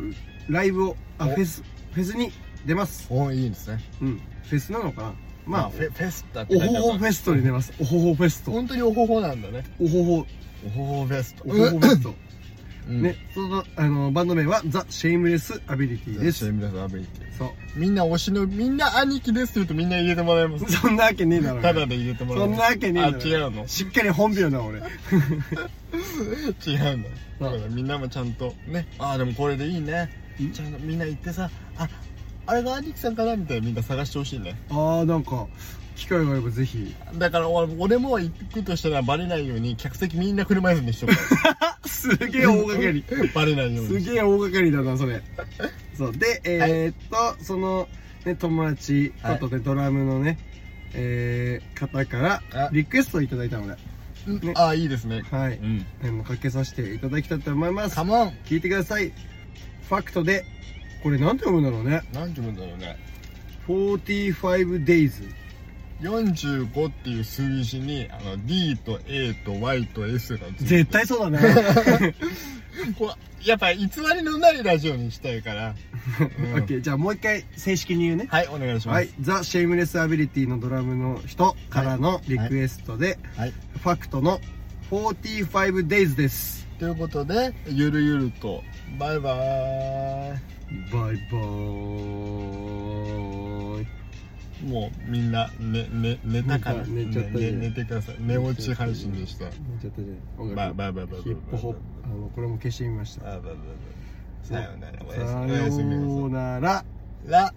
[SPEAKER 3] ライブを、あ、
[SPEAKER 2] お
[SPEAKER 3] フェス、フェスに出ます。
[SPEAKER 2] おいいですね
[SPEAKER 3] うん。フェスなのかなまあ、
[SPEAKER 2] フェフェスタって
[SPEAKER 3] お
[SPEAKER 2] 書いてある
[SPEAKER 3] ほほフェストに出ます。おほほフェスト。
[SPEAKER 2] 本当におほほなんだね
[SPEAKER 3] おほほ、
[SPEAKER 2] おほほフェスト
[SPEAKER 3] おほほフェスト。
[SPEAKER 2] うん
[SPEAKER 3] ね、その、あの、バンド名は、ザ・シェイムレス・アビリティで
[SPEAKER 2] じゃあ
[SPEAKER 3] す。
[SPEAKER 2] 皆さん歩いて
[SPEAKER 3] そう。
[SPEAKER 2] みんな推しのみんな兄貴ですって言うとみんな入れてもらいます
[SPEAKER 3] そ んなわけねえだろ。
[SPEAKER 2] ただで入れてもら
[SPEAKER 3] そ
[SPEAKER 2] い
[SPEAKER 3] ん
[SPEAKER 2] ます
[SPEAKER 3] なわけねえだろ。
[SPEAKER 2] あ違うの
[SPEAKER 3] しっかり本名な、俺。
[SPEAKER 2] 違うのだからみんなもちゃんとねああでもこれでいいね
[SPEAKER 3] ん
[SPEAKER 2] ちゃんとみんな行ってさああれが兄貴さんかなみたいなみんな探してほしいね
[SPEAKER 3] ああ、なんか、機会があればぜひ。
[SPEAKER 2] だから俺俺も行くとしたらバレないように客席みんな車椅子にしとくか
[SPEAKER 3] すげえ大掛かり。
[SPEAKER 2] ら バレないよう
[SPEAKER 3] す
[SPEAKER 2] に
[SPEAKER 3] げえ大掛かりだな、 それ。そう。で、えーっと、その、ね、友達、
[SPEAKER 2] はい
[SPEAKER 3] ことでドラムのね、えー、方か
[SPEAKER 2] あ
[SPEAKER 3] ら、リクエストをいただいたので、
[SPEAKER 2] うんああいいですね
[SPEAKER 3] は
[SPEAKER 2] う
[SPEAKER 3] い。
[SPEAKER 2] ん
[SPEAKER 3] あの、かけさせていただきたいと思います
[SPEAKER 2] カ。モン
[SPEAKER 3] 聞いてください。ファクトで、これなんて読むんだろうね。
[SPEAKER 2] 何て言うんだろうね
[SPEAKER 3] 45 days。
[SPEAKER 2] 45っていう数字にあの D と A と Y と S がついて
[SPEAKER 3] 絶対そうだ ね。
[SPEAKER 2] こうやっぱ偽りのないラジオにしたいから
[SPEAKER 3] オッケー、じゃあもう一回正式に言うね。
[SPEAKER 2] はいお願いします、
[SPEAKER 3] はい、ザ・シェイムレス・アビリティのドラムの人からのリクエストで、
[SPEAKER 2] はい
[SPEAKER 3] ファクトの45 days です
[SPEAKER 2] ということでゆるゆるとバイバー
[SPEAKER 3] バイバーイ
[SPEAKER 2] イもうみんな寝寝寝たから
[SPEAKER 3] 寝ちゃった
[SPEAKER 2] ね
[SPEAKER 3] ね
[SPEAKER 2] 寝てください寝落ち配信でした
[SPEAKER 3] ちょっとじゃあ
[SPEAKER 2] バイバイバイバイ
[SPEAKER 3] ヒップホップあのこれも消してみました
[SPEAKER 2] あバイバイバイさようならおやす
[SPEAKER 3] さ
[SPEAKER 2] おやすみな
[SPEAKER 3] ようなら
[SPEAKER 2] さいラ